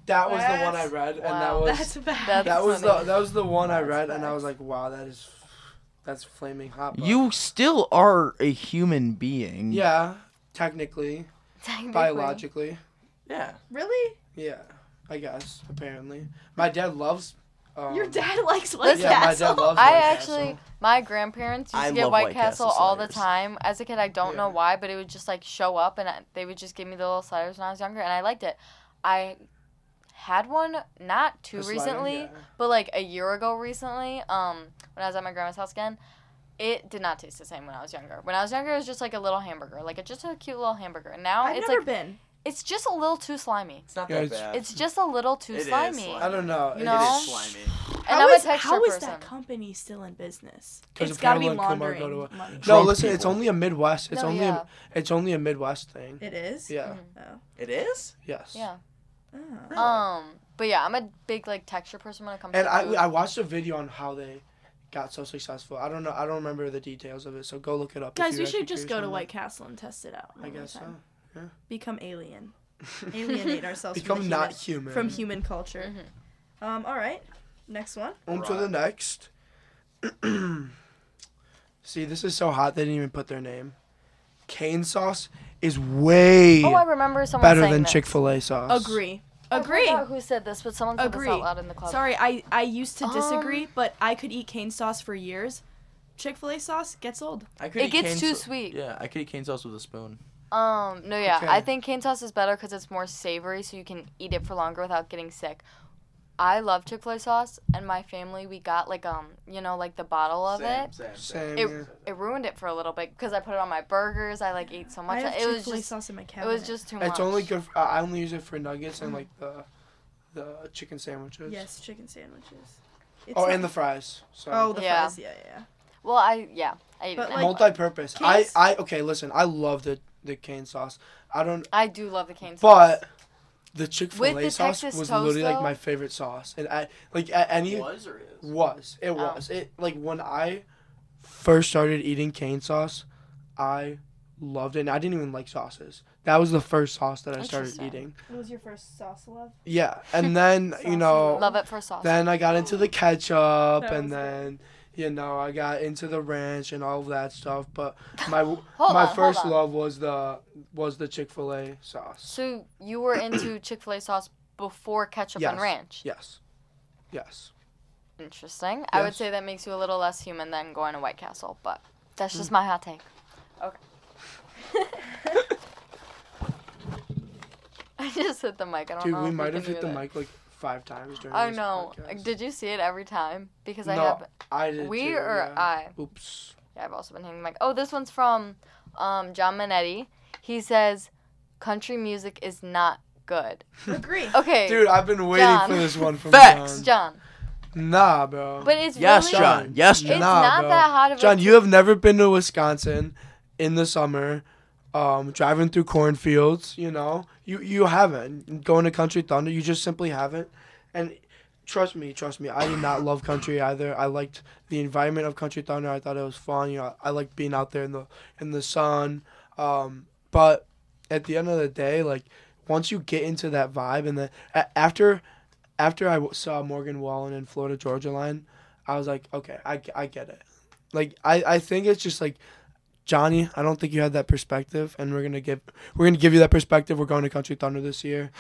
That was the one I
That's-
read, and
wow.
that was
That's bad.
That's
that was
funny.
the that was the one I
That's
read, and I was
facts.
like, wow, that is that's flaming hot. but-
You still are a human being.
yeah, technically,
Technically.
biologically,
Yeah.
really?
yeah, I guess apparently, my dad loves. Um,
Your dad likes White
Listen,
Yeah, my
Castle.
dad loves.
I
White
actually,
Castle.
my grandparents used
I
to get
love
White,
White
Castle,
Castle
all the
sliders.
time. As a kid, I don't know
Yeah.
why, but it would just like show up, and I, they would just give me the little sliders when I was younger, and I liked it. I had one not too
The slider,
recently,
yeah.
but like a year ago recently, um, when I was at my grandma's house again. It did not taste the same when I was younger. When I was younger, it was just like a little hamburger, like a, just a cute little hamburger. Now
I've
it's
never
like
been.
It's just a little too slimy.
It's not
Yeah,
that
it's-
bad.
It's just a little too
It is
slimy.
slimy.
I don't know.
You
It-
know?
It is slimy.
And I'm
How is-
a texture
how is
person.
that company still in business?
'Cause
It's
if
got to be
Pamela and Kumar
laundering
go to
money.
No,
Drunk
listen. It's
people.
only a Midwest. It's
No,
only
yeah.
a, it's only a Midwest thing.
It is.
Yeah.
Mhm.
Oh.
It is.
Yes.
Yeah.
Oh.
Really?
Um. But yeah, I'm a big like texture person when it comes
And
to
I
food.
I watched a video on how they got so successful. I don't know. I don't remember the details of it. So go look it up. if
Guys,
you're
we should
actually
just
curious
go to
on
White Castle and test it
that.
out.
I
one more
guess
time.
so.
Become alien. Alienate ourselves from the
Become not
human-
human.
from human culture.
Mhm.
Um, all right. Next one.
On to the
Right.
next. See, this is so hot they didn't even put their name. Cane sauce is way
oh, I remember someone
better
saying
than
this.
Chick Fil A sauce.
Agree.
I
Agree.
forgot who said this, but someone said this out
Agree.
loud in the club.
Sorry, I, I used to disagree,
Um,
but I could eat cane sauce for years. Chick fil A sauce gets old.
I could
It
eat
gets
cane
too
sau-
sweet.
Yeah, I could eat cane sauce with a spoon.
Um, no, yeah,
Okay.
I think cane sauce is better because it's more savory, so you can eat it for longer without getting sick. I love Chick Fil A sauce, and my family we got like um, you know, like the bottle of it.
Same.
Same.
It
yeah.
it ruined it for a little bit because I put it on my burgers. I like ate so much.
I have
it was
Chick-fil-A
just
sauce in my
it
cabinet.
was just too much.
It's only good. For, I only use it for nuggets and like the, the chicken sandwiches.
yes, chicken sandwiches. It's
Oh,
not-
and the fries. So.
oh the
Yeah.
fries. Yeah, yeah.
well, I yeah, I ate
But,
it.
like-
anyway.
multi-purpose. I,
Cane's-
I okay. Listen, I love the the cane sauce. I don't,
I do love the cane sauce.
but the Chick Fil
With
A
the
sauce
Texas
was
toast,
literally like
though?
my favorite sauce, and I like at any
Was or is?
was
Oh.
it was it like when I first started eating cane sauce, I loved it. And I didn't even like sauces. That was the first sauce that I started
Interesting.
eating.
What was your first sauce love?
Yeah, and then you
Sauce
know,
and
love it for sauce.
then I got into the ketchup,
That
and
was good.
then you know I got into the ranch and all of that stuff. But my
Hold
my
on, hold
first
on.
love was the was the Chick Fil A sauce.
So you were into Chick Fil A sauce before ketchup and
Yes.
ranch.
Yes, yes.
Interesting. I would
Yes.
say that makes you a little less human than going to White Castle, but that's
Mm.
just my hot take. Okay. I just hit the mic. I don't
Dude,
know.
we
if you
might
Uh-huh, can
have hit
hear
the
that.
mic like five times during.
I
this
know.
podcast.
Did you see it every time? Because I
No,
have.
I did.
We
too,
or
yeah.
I?
Oops.
Yeah, I've also been hitting the mic. Oh, this one's from um, John Manetti. He says, "Country music is not good."
Agree.
Okay,
Dude, I've been waiting
John.
for this one from
Facts.
John.
John.
Nah, bro.
But it's
Yes,
really.
John. Yes,
It's
John.
Nah,
not
bro.
that hot of a
John, you have never been to Wisconsin in the summer, um, driving through cornfields. You know, you you haven't going to Country Thunder. You just simply haven't. And trust me, trust me, I did not love country either. I liked the environment of Country Thunder. I thought it was fun. You know, I liked being out there in the in the sun. Um, but at the end of the day, like once you get into that vibe, and then a- after after I w- saw Morgan Wallen in Florida Georgia Line, I was like, okay, I, g- I get it. Like I, I think it's just like Johnny, I don't think you had that perspective, and we're gonna give we're gonna give you that perspective. We're going to Country Thunder this year,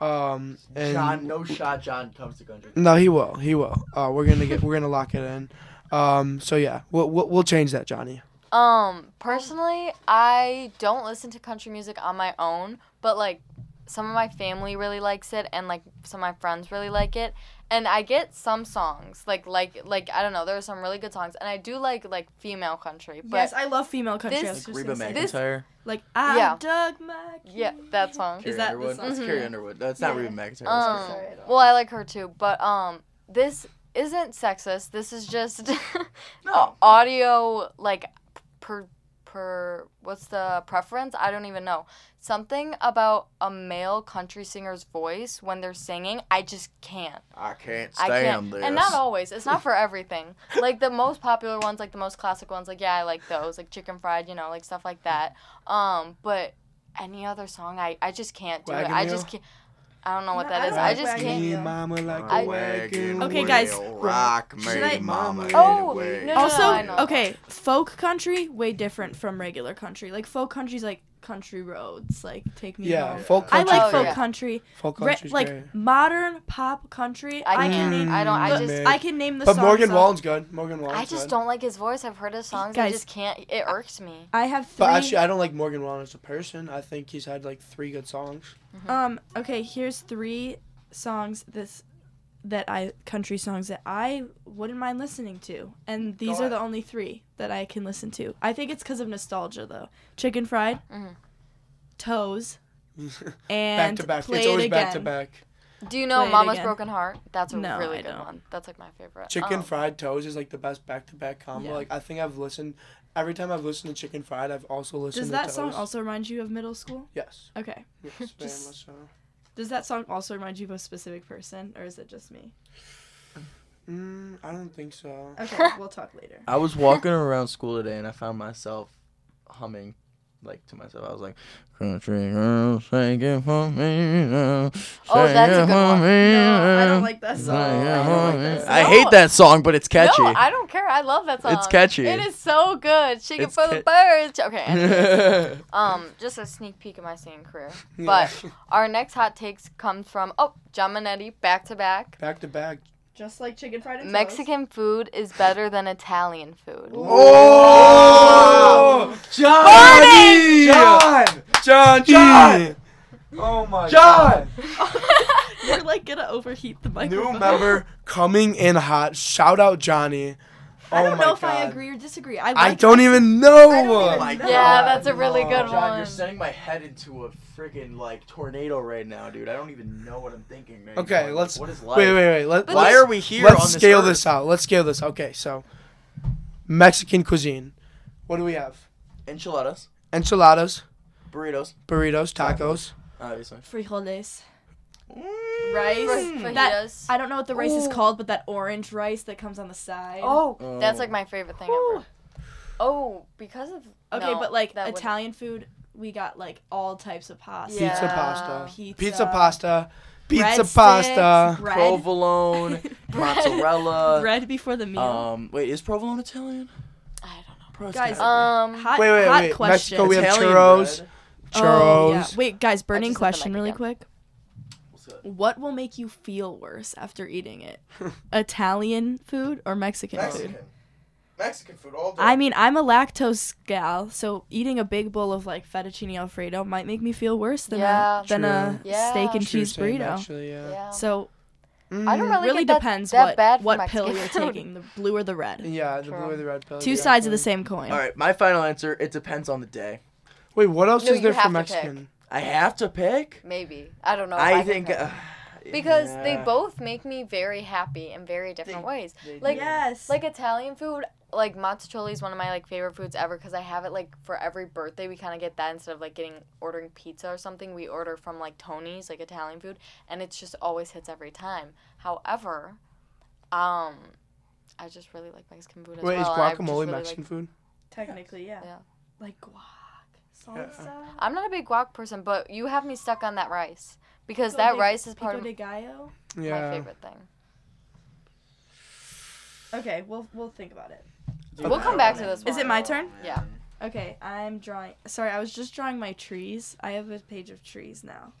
um, and
John, no shot. John comes to country.
no, he will, he will. Uh, we're gonna get we're gonna lock it in. Um, so yeah, we'll, we'll we'll change that, Johnny.
Um, personally, I don't listen to country music on my own, but like some of my family really likes it and like some of my friends really like it. And I get some songs, like like like I don't know, there are some really good songs and I do like like female country, but
yes, I love female country.
This-
I was
Like
just
Reba
gonna say.
This-
McIntyre.
Like I
Yeah.
dug my.
yeah, that song.
Carrie
that the
Underwood.
song?
That's
Mhm.
Carrie Underwood. That's not
Yeah.
Reba McIntyre.
Um,
That's Carrie Underwood.
well, I like her too, but um this isn't sexist. This is just
No.
audio like per per what's the preference? I don't even know. Something about a male country singer's voice when they're singing, I just can't.
I can't
I
stand
can't.
this.
And not always. It's not for everything. like the most popular ones, like the most classic ones, like yeah, I like those, like chicken fried, you know, like stuff like that. Um, but any other song, I I just can't do it. I
Wagon
just can't. I don't know what
No,
that
I
is.
don't
I
like
just
wagon
can't.
wheel.
Me mama like a
I-
wagon
Okay,
wheel.
guys.
Rock me,
Should I-
mama.
Oh,
anyway.
no, no,
Also,
I know.
okay, folk country way different from regular country. Like folk country's like country roads, like take me
Yeah,
home.
folk
I
country.
like
Oh,
folk
yeah.
country,
Folk
Re-
country's
like
great.
modern pop country.
I
I,
can't.
can name.
I don't. I
the-
just.
Mm.
I can name the.
But
songs
Morgan
off-
Wallen's good. Morgan Wallen's
I just
good.
don't like his voice. I've heard his songs. I
Guys.
just can't. It irks me.
I have three.
But actually, I don't like Morgan Wallen as a person. I think he's had like three good songs.
Um. Okay. Here's three songs. This that I country songs that I wouldn't mind listening to,
Mm,
and these are
ahead.
the only three that I can listen to. I think it's because of nostalgia though. Chicken fried,
Mhm.
toes,
back
and
to Mm-hmm. back.
played
It's always
again.
back to back.
Do you know
Play it
Mama's
again.
Broken Heart? That's a
No,
really
I
good
don't.
one. That's like my favorite.
Chicken
Um,
fried toes is like the best back to back combo.
Oh. Yeah.
Like I think I've listened every time I've listened to chicken fried, I've also listened.
Does
to
that
toes.
song also remind you of middle school?
Yes.
Okay.
Yes. very
Just-
much so.
Does that song also remind you of a specific person, or is it just me?
Mm, I don't think so.
Okay, we'll talk later.
I was walking around school today and I found myself humming like to myself. I was like, Country girl, shake it for me. Now.
Oh,
Shake
that's a
it
good
for
one.
me
No, I don't
now."
like that
Shake
song.
it
I
for
don't like
me.
that song.
I hate that song, but it's catchy.
No, I don't care. I love that song.
It's catchy.
It is so good. Chicken
It's
for the birds. Okay. anyway, um, just a sneak peek of my singing career. But our next hot takes comes from oh, John Manetti, back to back.
back to back.
Just like chicken fried and
Mexican food is better than Italian food.
oh,
John!
Barney!
John! John! John! Oh my
John!
toast. You're like gonna overheat the microphone.
New member coming in hot. Shout out Johnny. Oh
I don't
my
know if I
God.
agree or disagree. I, like
I don't even know.
I don't even
my
know.
God.
yeah, that's a really good
John,
one.
Oh, you're sending my head into a freaking like tornado right now, dude. I don't even know what I'm thinking. Man.
Okay,
Like,
let's-
What is life?
Wait, wait, wait. Let,
But
Why
let's,
are we here?
let's
on this
scale
earth?
this out. Let's scale this. Okay, so Mexican cuisine. What do we have?
Enchiladas,
Enchiladas,
burritos,
burritos, tacos.
obviously.
frijoles. Mm.
Fri-
Rice.
fajitas.
That, I don't know what the rice is
Ooh.
called, but that orange rice that comes on the side.
oh,
Oh.
that's like my favorite thing ever. Oh, because of
Okay,
no,
but like
that wouldn't-
Italian food, we got like all types of pasta.
Pizza,
Yeah.
pasta.
Pizza.
Pizza, pasta. Pizza,
breadsticks, Oh,
pasta.
Bread.
Provolone,
Uh,
mozzarella.
bread before the meal.
Um, wait, is provolone Italian?
I don't know.
Bro, it's
Guys,
gotta
Um,
hot,
Wait, wait,
hot
wait.
question.
Mexico, we have
Italian
churros.
bread.
Oh,
Churros.
yeah. Wait, guys,
just hit the
burning
mic
question really
again.
quick.
What's that?
What will make you feel worse after eating it? Italian food or Mexican,
Mexican.
food?
Mexican food all day.
I mean, I'm a lactose gal, so eating a big bowl of like fettuccine alfredo might make me feel worse than
Yeah.
a than a
True. Yeah.
steak and
True
cheese
same,
burrito.
Actually, yeah.
yeah.
So
I don't
Mm.
it
really,
really
get that-
depends
that
what
bad for
what
Mexican
pill you're
food.
taking, the blue or the red.
Yeah, the
True.
blue and the red pill.
Two
yeah,
sides of
true.
the same coin.
all right, my final answer. It depends on the day.
Wait, what else
No,
is there
you
for
have to pick.
Mexican?
I have to pick.
Maybe Oh, I don't know. if
I
could
think
pick.
uh,
because they
yeah.
both make me very happy in very different
They-
ways.
They
Like-
do.
Yes.
Like Italian food, like mozzarella is one of my like favorite foods ever because I have it like for every birthday. We kind of get that instead of like getting ordering pizza or something. We order from like Tony's, like Italian food, and it's just always hits every time. However, um, I just really like Mexican food as
Wait,
well.
is
and I just
guacamole
really
Mexican
Like,
food?
Technically, yeah.
Yeah.
Like guac,
Yeah.
I'm not a big guac person, but you have me stuck on that rice because
Pico
that
de-
rice is part
pico
of
de gallo.
my
Yeah.
favorite thing.
Okay, we'll we'll think about it.
We'll come back to this
Is it my turn?
Yeah.
Okay, I'm drawing. Sorry, I was just drawing my trees. I have a page of trees now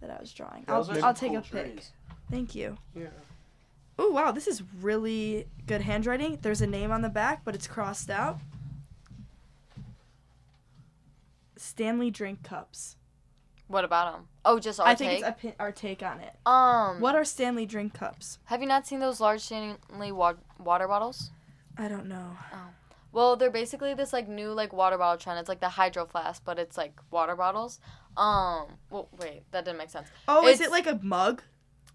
that I was drawing.
Those are
I'll,
some
I'll take
cool
a pic.
trees.
Thank you.
Yeah.
Oh wow, this is really good handwriting. There's a name on the back, but it's crossed out. Stanley drink cups.
What about them? Oh, just our
I think
take.
it's a pin- our take on it.
um,
What are Stanley drink cups?
Have you not seen those large Stanley wa- water bottles?
I don't know.
Well, they're basically this like new like water bottle trend. It's like the hydro flask, but it's like water bottles. Um, well, wait, that didn't make sense.
Oh, is
It's-
it like a mug?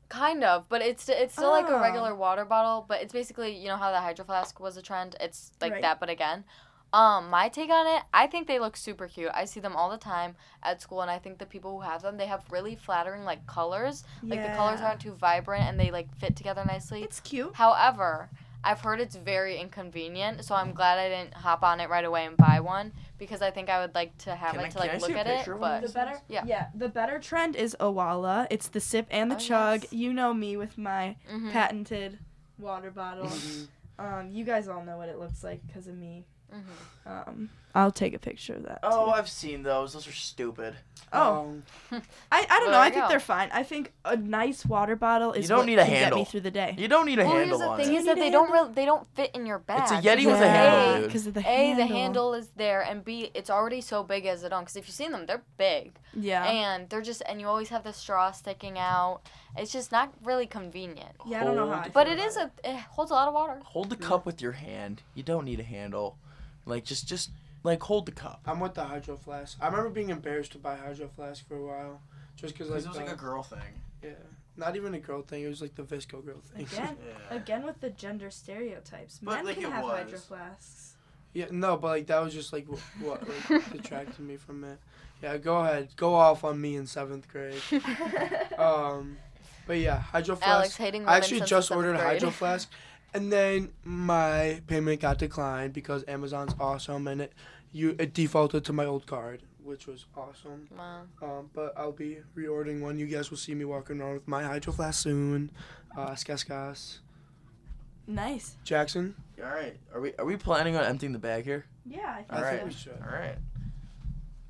Kind of, but it's it's still like a
Oh.
regular water bottle, but it's basically you know how the hydro flask was a trend. It's like
Right.
that, but again. Um, my take on it, I think they look super cute. I see them all the time at school, and I think the people who have them, they have really flattering like colors. Like the colors
Yeah.
aren't too vibrant, and they like fit together nicely.
It's cute.
However, I've heard it's very inconvenient, so I'm glad I didn't hop on it right away and buy one because I think I would like to have
Can
it
I-
to like
can I see
look
a
at
picture
it.
of one of
But
The better,
Yeah.
yeah. the better trend is Owala. It's the sip and the
Oh,
chug.
yes.
You know me with my
Mhm.
patented water bottle. um, you guys all know what it looks like because of me.
Mhm.
Um, I'll take a picture of that.
Oh,
too.
I've seen those. Those are stupid.
oh,
Um,
I, I don't
Well,
know.
there
I
you
think
go.
they're fine. I think a nice water bottle is
You don't
what
need a
can get
handle.
me through the day.
You don't need a
well, here's
handle
the
on
thing
it.
You
is
need
that
a
they don't
handle?
really they don't fit in your bag.
It's a Yeti with a
because
handle,
A,
dude.
Because of the
A,
handle.
the handle is there, and B, it's already so big as it on. Because if you've seen them, they're big,
Yeah.
and they're just, and you always have the straw sticking out. It's just not really convenient.
yeah, I don't know how. I
Hold.
But
feel
it is
about
a, it holds a lot of water.
Hold the cup with your hand. You don't need a handle. Like just just Like hold the cup.
I'm with the hydro flask. I remember being embarrassed to buy hydro flask for a while, just because like, the-
girl thing.
yeah, not even a girl thing. It was like the visco girl thing.
Again, again with the gender stereotypes.
But,
Men
like,
can
it
have hydro
was.
flasks.
yeah, no, but like that was just like what, what like, detracted me from it. Yeah, go ahead, go off on me in seventh grade. Um, but yeah, hydro flask.
Alex hating women
I actually
since
just
the seventh
ordered a
grade.
hydro flask, and then my payment got declined because Amazon's awesome, and it you it defaulted to my old card, which was awesome.
Wow.
Um, but I'll be reordering one. You guys will see me walking around with my hydro flask soon. Uh, skas skas.
Nice.
Jackson,
All right. Are we are we planning on emptying the bag here?
Yeah, I think
I
Alright.
think we
so.
should.
All right.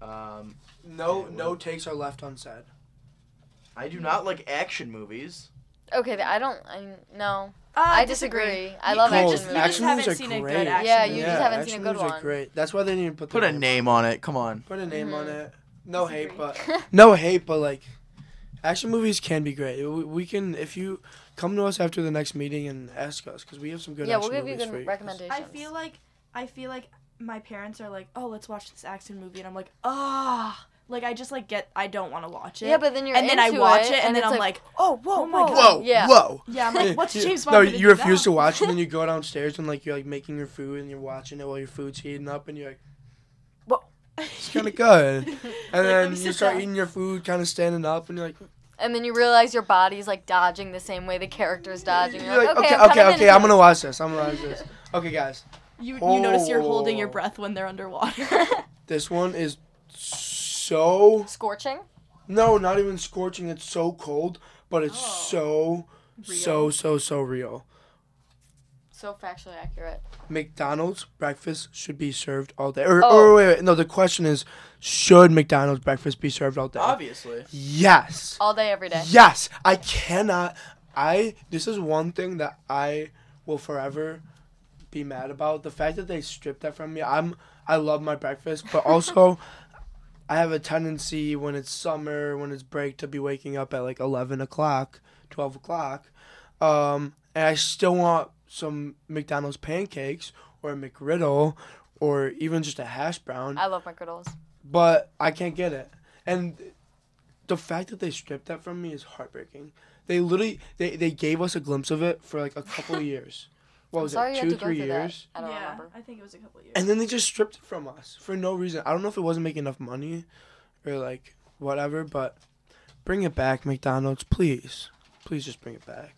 Um,
No,
Yeah,
no
well-
takes are left unsaid.
I do not like action movies.
Okay, th- I don't. I no.
Uh,
I disagree. I love
Cool.
action movies.
You Oh, just haven't seen a good action
Yeah, you just
movie.
haven't
action
seen a good
movies are
one.
Great. That's why they need to put
Put
their
a name on it. Come on.
Put a name on
Mhm.
it. No hate,
Disagree.
but no hate, but like, action movies can be great. We, we can if you come to us after the next meeting and ask us because we have some good.
yeah,
action
we'll give you
movies for
good
guys.
recommendations.
I feel like I feel like my parents are like, "Oh, let's watch this action movie," and I'm like, "Ah." Like I just like get I don't want to watch it.
Yeah, but then you're
and then I
into
watch it, and, then
it's
I'm like, "Oh, whoa,
Oh
my
my
god."
Whoa,
Yeah.
whoa.
Yeah, I'm like, "What's James Bond?"
No,
gonna
you
do
refuse to
now?"
watch it, and you go downstairs and like you're like making your food and you're watching it while your food's heating up, and you're like, it's kind of good. And
Like, let
then
me
you
sit
start
down.
eating your food, kind of standing up, and you're like,
and then you realize your body's like dodging the same way the character's dodging. You're
you're
like,
okay,
I'm
okay,
coming
okay,
in
I'm gonna watch this. I'm gonna watch this. Okay, guys,
You, you notice you're holding your
Oh.
breath when they're underwater.
this one is so
scorching.
No, not even scorching. It's so cold, but it's so, so,
Real.
so, so real.
So factually accurate.
McDonald's breakfast should be served all day. Or,
Oh.
or wait, wait, no, the question is should McDonald's breakfast be served all day?
Obviously.
Yes.
All day, every day.
Yes. I cannot. I, this is one thing that I will forever be mad about. The fact that they stripped that from me. I'm, I love my breakfast, but also. I have a tendency when it's summer, when it's break, to be waking up at like 11 o'clock, 12 o'clock. Um, and I still want some McDonald's pancakes or a McGriddle or even just a hash brown,
I love McGriddles.
but I can't get it. And the fact that they stripped that from me is heartbreaking. They literally they, they gave us a glimpse of it for like a couple years. What was
Sorry, you
it?
had
Two,
to go
three
through
years.
that. I don't
yeah,
remember.
I think it was a couple years.
And then they just stripped it from us for no reason. I don't know if it wasn't making enough money or like whatever, but bring it back, McDonald's, please. Please just bring it back.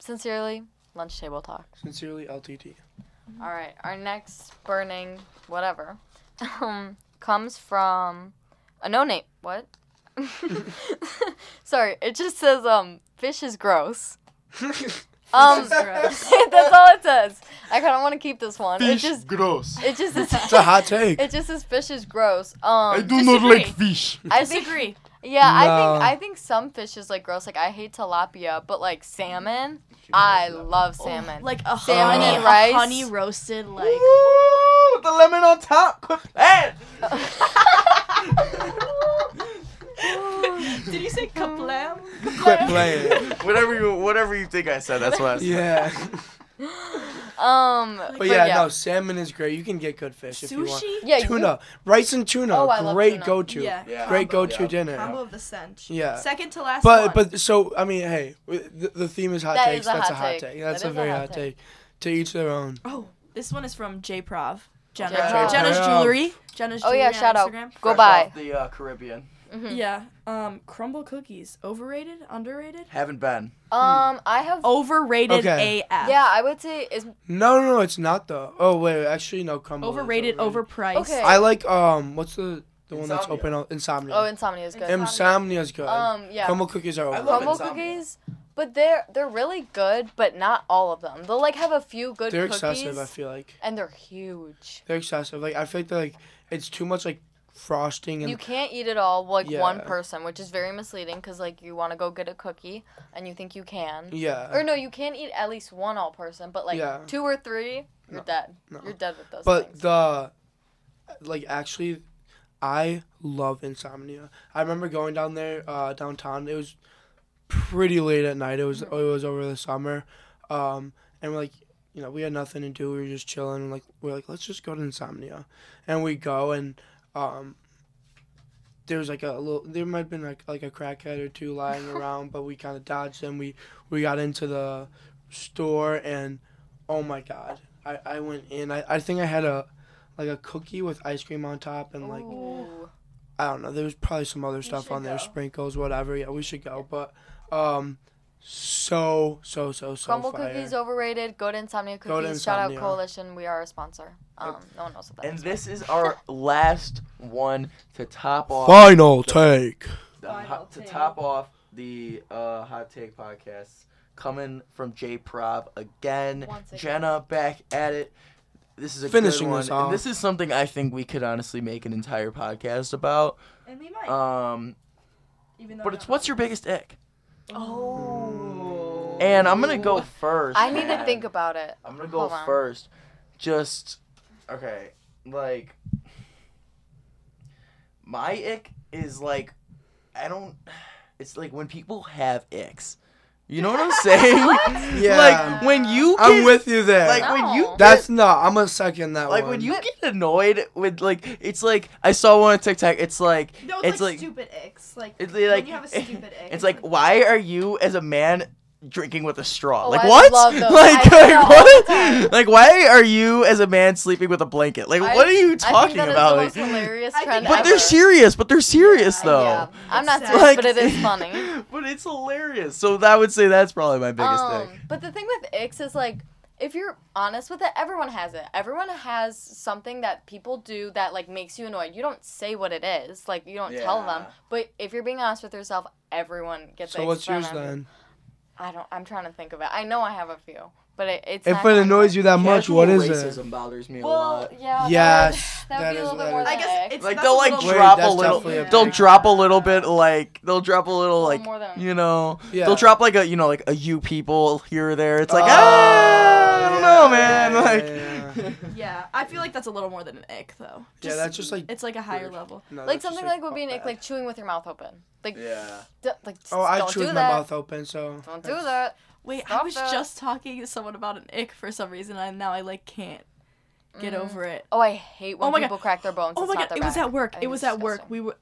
Sincerely, lunch table talk.
Sincerely, LTD.
All right, our next burning whatever um, comes from a no name. What? Sorry, it just says um fish is gross. Um,
This is gross.
that's all it says. I kind of want to keep this one. it just
gross.
it just is,
It's a hot take.
it just says fish is gross. Um,
disagree.
fish.
I think
disagree.
yeah, I
No.
think I think some fish is like gross. Like I hate tilapia, but like salmon, I love
Oh.
salmon.
Like a
Salmon
honey,
and
a
rice.
honey roasted like.
Ooh, the lemon on top. Quit that.
Did you say kaplam?
Quit playing.
whatever you whatever you think I said, that's what I said.
yeah.
um,
But yeah, no, salmon is great. You can get good fish if you want.
Sushi.
yeah, you-
Tuna. Rice and tuna.
Oh, I love
great
tuna.
go to.
Yeah.
Yeah.
Great go
Combo,
to
yeah.
dinner.
Combo of the cent.
Yeah.
Second to last
But
one.
but so I mean, hey, w- the, the theme is hot
That is
takes.
a
That's
hot
a hot
take.
take. That's
That
a
is
very hot take. To each their own.
oh,
This one is from J Prov. Jenna.
J-Prov.
Jenna's
J-Prov.
jewelry. Jenna's
Oh,
jewelry
yeah,
on
shout out.
Instagram.
Go
Fresh
buy.
off the uh, Caribbean.
Mhm.
Yeah. Um, crumble cookies. Overrated? Underrated?
Haven't been.
Um, I have.
Oh, Overrated
Okay.
AF.
Yeah, I would say is
No, no, no, it's not though. Oh wait, actually, no. Crumble is
Overrated, overpriced.
Okay.
I like um, what's the the one that's
Insomnia.
open? on Insomnia.
oh insomnia is good.
Insomnia is good.
um, yeah,
Crumble cookies are
I
overrated.
love
crumble
Insomnia.
cookies, but they're they're really good, but not all of them. They'll like have a few good
They're
cookies,
excessive. I feel like
and they're huge.
they're excessive. Like I feel like they're like it's too much like frosting and
You can't eat it all like one
Yeah.
person, which is very misleading because like you want to go get a cookie and you think you can,
yeah.
or no, you can eat at least one all person, but like
Yeah.
two or three, you're
No,
dead.
no.
You're dead with those
But
things.
the like actually, I love Insomnia. I remember going down there uh, downtown. It
Mm-hmm.
was pretty late at night. It was it was over the summer, um, and we're like you know, we had nothing to do. We were just chilling. And like we're like, let's just go to Insomnia, and we go and um, there was like a little. There might have been like like a crackhead or two lying around, but we kind of dodged them. We we got into the store and oh my god, I I went in. I I think I had a like a cookie with ice cream on top and
Oh.
like
Ooh.
I don't know. There was probably some other stuff
should
on there,
go.
sprinkles, whatever. Yeah, we should go, but um, so so so so
Crumble
fire.
cookies overrated. Go to Insomnia Cookies.
Go to
Shout out
Insomnia.
Coalition. We are a sponsor. Um, no one knows what that
And
is.
this is our last one to top off.
Final take.
the
Final
hot- to
take.
top off the uh, hot take podcast coming from J Prob again.
Once again.
Jenna back at it. This is a
Finishing
good one.
this
and
off.
this is something I think we could honestly make an entire podcast about.
And we might.
Um,
even though
but
we
it's
don't-
what's your biggest ick?
Oh.
And I'm gonna go first.
I need to
man.
think about it.
I'm gonna go
Hold on.
first. Just okay, like my ick is like I don't. It's like when people have icks. You know what I'm saying?
Yeah.
Like when you get,
I'm with you there.
like when you
No.
get,
That's not. I'm gonna second that
like
one.
when you get annoyed with like it's like I saw one on TikTok. It's like
No, it's,
it's
like,
like
stupid icks. Like,
it's
when
like
you have a stupid ick.
it's like why are you as a man drinking with a straw?
Oh,
like
I
what?
love those.
Like, like,
I know.
what? Like why are you as a man sleeping with a blanket? Like
I-
what are you
I think
talking
that is
about?
the most
Like,
hilarious
I think
trend
that
but
ever.
they're serious. But they're serious
Yeah,
though.
Yeah, I'm not
It's
serious,
Like-
but it is funny.
but it's hilarious. So that would say that's probably my biggest
Um,
thing.
But the thing with icks is like, if you're honest with it, everyone has it. Everyone has something that people do that like makes you annoyed. You don't say what it is, like you don't tell them.
Yeah.
But if you're being honest with yourself, everyone gets.
so
icks
what's
from
yours
it.
then?
I don't. I'm trying to think of it. I know I have a few, but it, it's.
If
not
it
gonna
annoys you that much, what is
racism
it?
bothers me a
Well,
lot.
yeah.
Yes,
That would, that
that
would be
is
a little bit
what
more.
it
Than
I guess
an ick.
it's
Like
that's
they'll
a
like
little
Wait,
drop a
that's
little.
definitely a
They'll
big-
drop a little bit like they'll drop a little
Little
like
more than-
you know
Yeah.
they'll drop like a you know like a you people here or there. It's like
Oh,
ah, I don't know, man.
yeah,
like
yeah, yeah.
Yeah, I feel like that's a little more than an ick though.
Yeah, that's just, like,
it's like a higher
weird.
level.
No,
like
that's just,
something like would be an
fuck
ick,
bad.
like chewing with your mouth open. Like d- like just
Oh, I
don't do
chew with my
that.
mouth open, so
Don't do that.
Wait, I
Stop
was
that.
just talking to someone about an ick for some reason, and now I like can't get
Mm.
over it.
Oh, I hate when
Oh my God.
people crack their bones.
Oh
It's
my
not
god,
their
it was
back.
at work.
I
It
think
was
it's
at work.
disgusting.
We were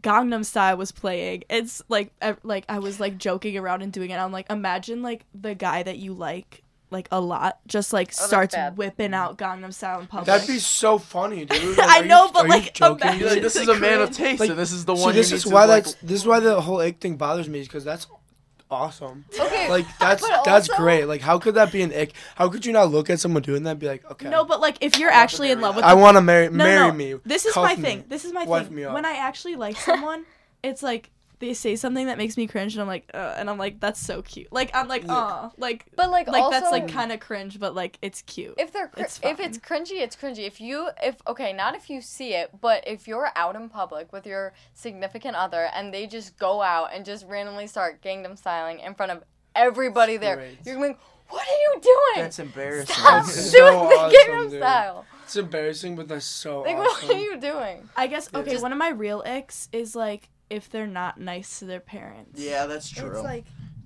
Gangnam Style was playing. It's like ev- like I was like joking around and doing it. I'm like, imagine like the guy that you like like a lot just like
that's
starts
bad.
whipping out Gangnam Style in public.
That'd be so funny, dude. Like,
I
are you-
know, but,
are you
like,
joking?
imagine-
You're like, this
It's
is
a
a man of
cringe.
taste,
Like,
and this is the
See,
one.
this
you
is
need
why
to, like,
that's this is why the whole ick thing bothers me because that's awesome.
Okay.
Like that's
But
that's
also-
great. Like how could that be an ick? How could you not look at someone doing that and be like, okay,
No, but like if you're actually in love with
I want to marry
no,
marry
no.
me.
This is
cuff
my
me.
thing. This is my
Wife
thing.
me up.
When I actually like someone, it's like they say something that makes me cringe, and I'm like, uh, and I'm like, that's so cute. Like I'm like,
Yeah.
oh, like,
But like,
like
also,
that's like kind of cringe, but like it's cute.
if they're cr-
it's
if it's cringy, it's cringy. If you if okay, not if you see it, but if you're out in public with your significant other and they just go out and just randomly start Gangnam styling in front of everybody there,
Great.
you're going, what are you doing?
That's embarrassing.
Stop doing
That's
the
so awesome,
Gangnam
dude.
style.
It's embarrassing, but that's so
Like,
awesome.
what are you doing?
I guess okay.
Just-
one of my real icks is like if they're not nice to their parents.
yeah, that's true.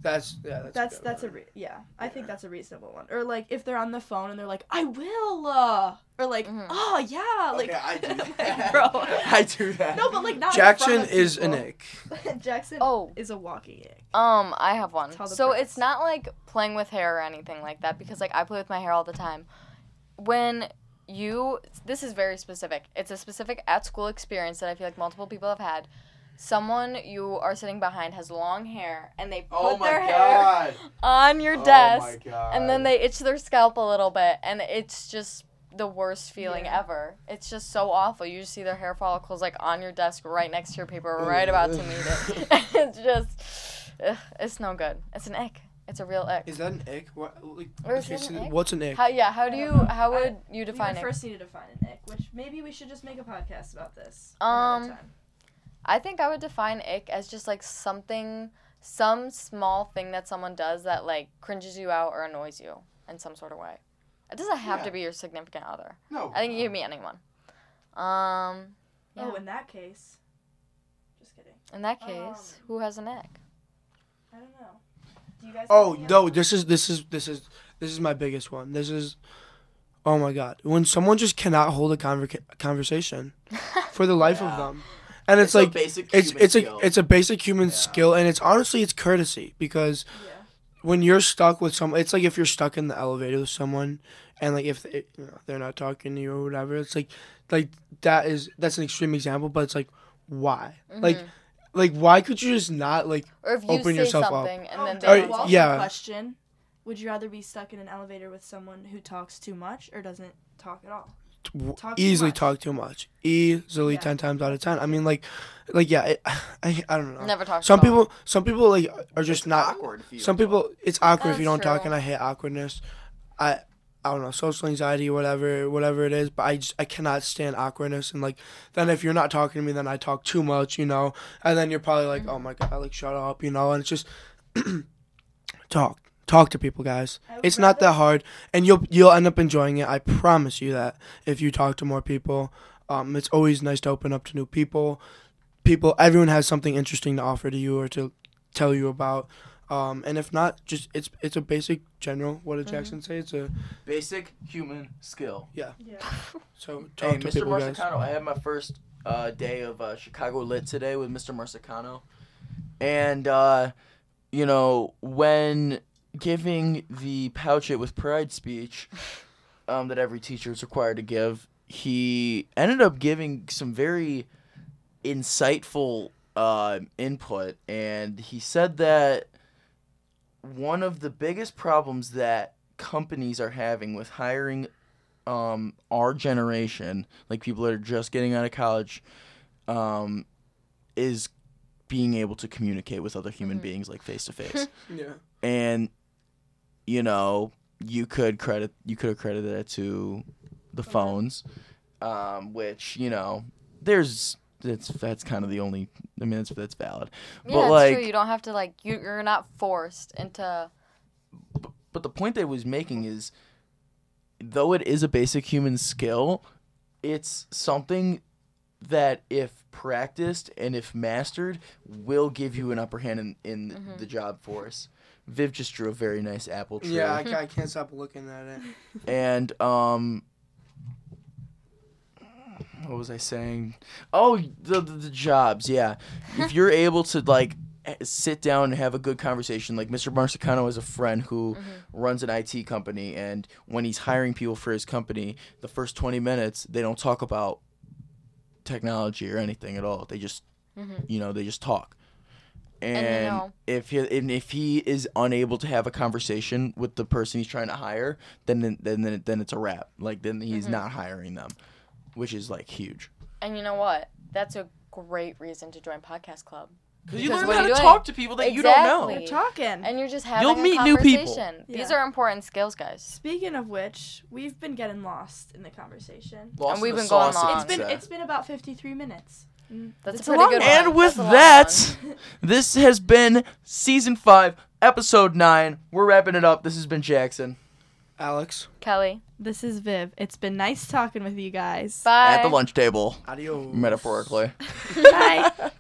That's yeah. That's a
that's
good
that's a
one.
re- yeah. I think that's a reasonable one. Or like if they're on the phone and they're like, "I will," uh, or like,
Mhm.
"Oh yeah," like,
Okay, I do
like,
that.
bro.
I do that.
No, but like not in
Jackson
front of
is an
people.
ick.
Jackson
Oh.
is a walking ick.
Um, I have one.
Tell the
So
purpose.
it's not like playing with hair or anything like that because like I play with my hair all the time. When you this is very specific. It's a specific at school experience that I feel like multiple people have had. Someone you are sitting behind has long hair and they put
Oh my
their hair
god.
on your
Oh my
desk
god.
and then they itch their scalp a little bit and it's just the worst feeling
Yeah.
ever. It's just so awful. You just see their hair follicles like on your desk right next to your paper, right about to meet it. it's just ugh, it's no good. It's an ick. It's a real ick.
Is that an ick? What, like,
Or is
okay,
it an
so
ick?
What's an ick?
How yeah, how do
I
you
don't know.
how
I-
would you
We
define
would
it?
first need to define an ick, which maybe we should just make a podcast about this.
Um,
another time.
I think I would define ick as just like something some small thing that someone does that like cringes you out or annoys you in some sort of way. It doesn't have
Yeah.
to be your significant other.
No.
I think it could be anyone. Um
Oh,
yeah.
in that case, just kidding.
In that
Um,
case, who has an ick?
I don't know. Do you guys? have
Oh
any
no!
other-
This is this is this is This is my biggest one. This is, oh my god, when someone just cannot hold a conver- conversation
Mm-hmm.
for the life of them, and it's, like
basic.
it's
human
it's
skill.
a it's a basic human
Yeah.
skill, and it's honestly it's courtesy because when you're stuck with someone, it's like if you're stuck in the elevator with someone, and like if they, you know, they're not talking to you or whatever, it's like like that is that's an extreme example, but it's like why like
Mm-hmm.
like why could you just not like
Or if you
Open
say
yourself up.
something
Oh,
and then they
Or-
don't
Walter,
talk.
yeah.
Question: Would you rather be stuck in an elevator with someone who talks too much or doesn't talk at all?
w-
Talk too
easily
much.
talk too much easily
Yeah.
10 times out of 10 i mean like like yeah it, I, I don't know
never talk.
some
about it.
people some people like are just
It's
not
awkward. if you
some
don't
people it's awkward if you don't
That's
talk
true.
and i hate awkwardness i i don't know social anxiety whatever whatever it is but i just i cannot stand awkwardness and like then if you're not talking to me then i talk too much you know and then you're probably like
Mm-hmm.
oh my god like shut up you know and it's just talk talk to people guys it's not that hard and you'll you'll end up enjoying it i promise you that if you talk to more people um, it's always nice to open up to new people people everyone has something interesting to offer to you or to tell you about um, and if not just it's it's a basic general what did jackson say it's a
Basic human skill.
so talk
Hey,
to
Mr.
people guys
Marsicano, I had my first uh, day of uh, Chicago Lit today with Mr. Marsicano. And, uh, you know, when giving the pouch it with pride speech um, that every teacher is required to give, he ended up giving some very insightful uh, input. And he said that one of the biggest problems that companies are having with hiring um, our generation, like people that are just getting out of college, um, is being able to communicate with other human
Mhm.
beings like face to face.
yeah
And you know, you could credit you could have credited it to the phones, um, which you know, there's that's that's kind of the only. I mean, that's that's valid.
Yeah,
but
it's
like,
true. You don't have to like. You, you're not forced into.
but the point that I was making is though it is a basic human skill, it's something that if practiced and if mastered will give you an upper hand in, in
Mhm.
the job force. Viv just drew a very nice apple tree.
yeah I, ca- I can't stop looking at it
And um what was I saying? Oh, the, the, the jobs, yeah. If you're able to like eh, sit down and have a good conversation, like Mr. Marsicano is a friend who runs an IT company and when he's hiring people for his company, the first 20 minutes they don't talk about technology or anything at all. They just
Mhm.
you know, they just talk. And,
you know-
if he and if he is unable to have a conversation with the person he's trying to hire, then then then then, then it's a wrap. Like then he's not hiring them, which is like huge.
And you know what? That's a great reason to join podcast club.
Because
you
you
Because learn
learn
what
how
how are
to
you to doing?
talk
talk
to people that
that
you
you don't know.
don't know.
Exactly.
We're talking.
And you're just having
Mm. You'll
a
meet new people.
conversation. These
Yeah.
are important skills, guys.
Speaking of which, we've been getting lost in the conversation.
Lost
And we've
in the
been going
sauce,
on.
It's
as
been
they say.
it's been about 53 minutes.
That's
It's
a
a
pretty
long
good
one.
one.
and with
That's a long
that, this has been season five, episode nine. We're wrapping it up. This has been Jackson
alex
one. Kelly,
This is Viv. It's been nice talking with you guys.
bye.
at the lunch table,
adios
metaphorically.
Bye.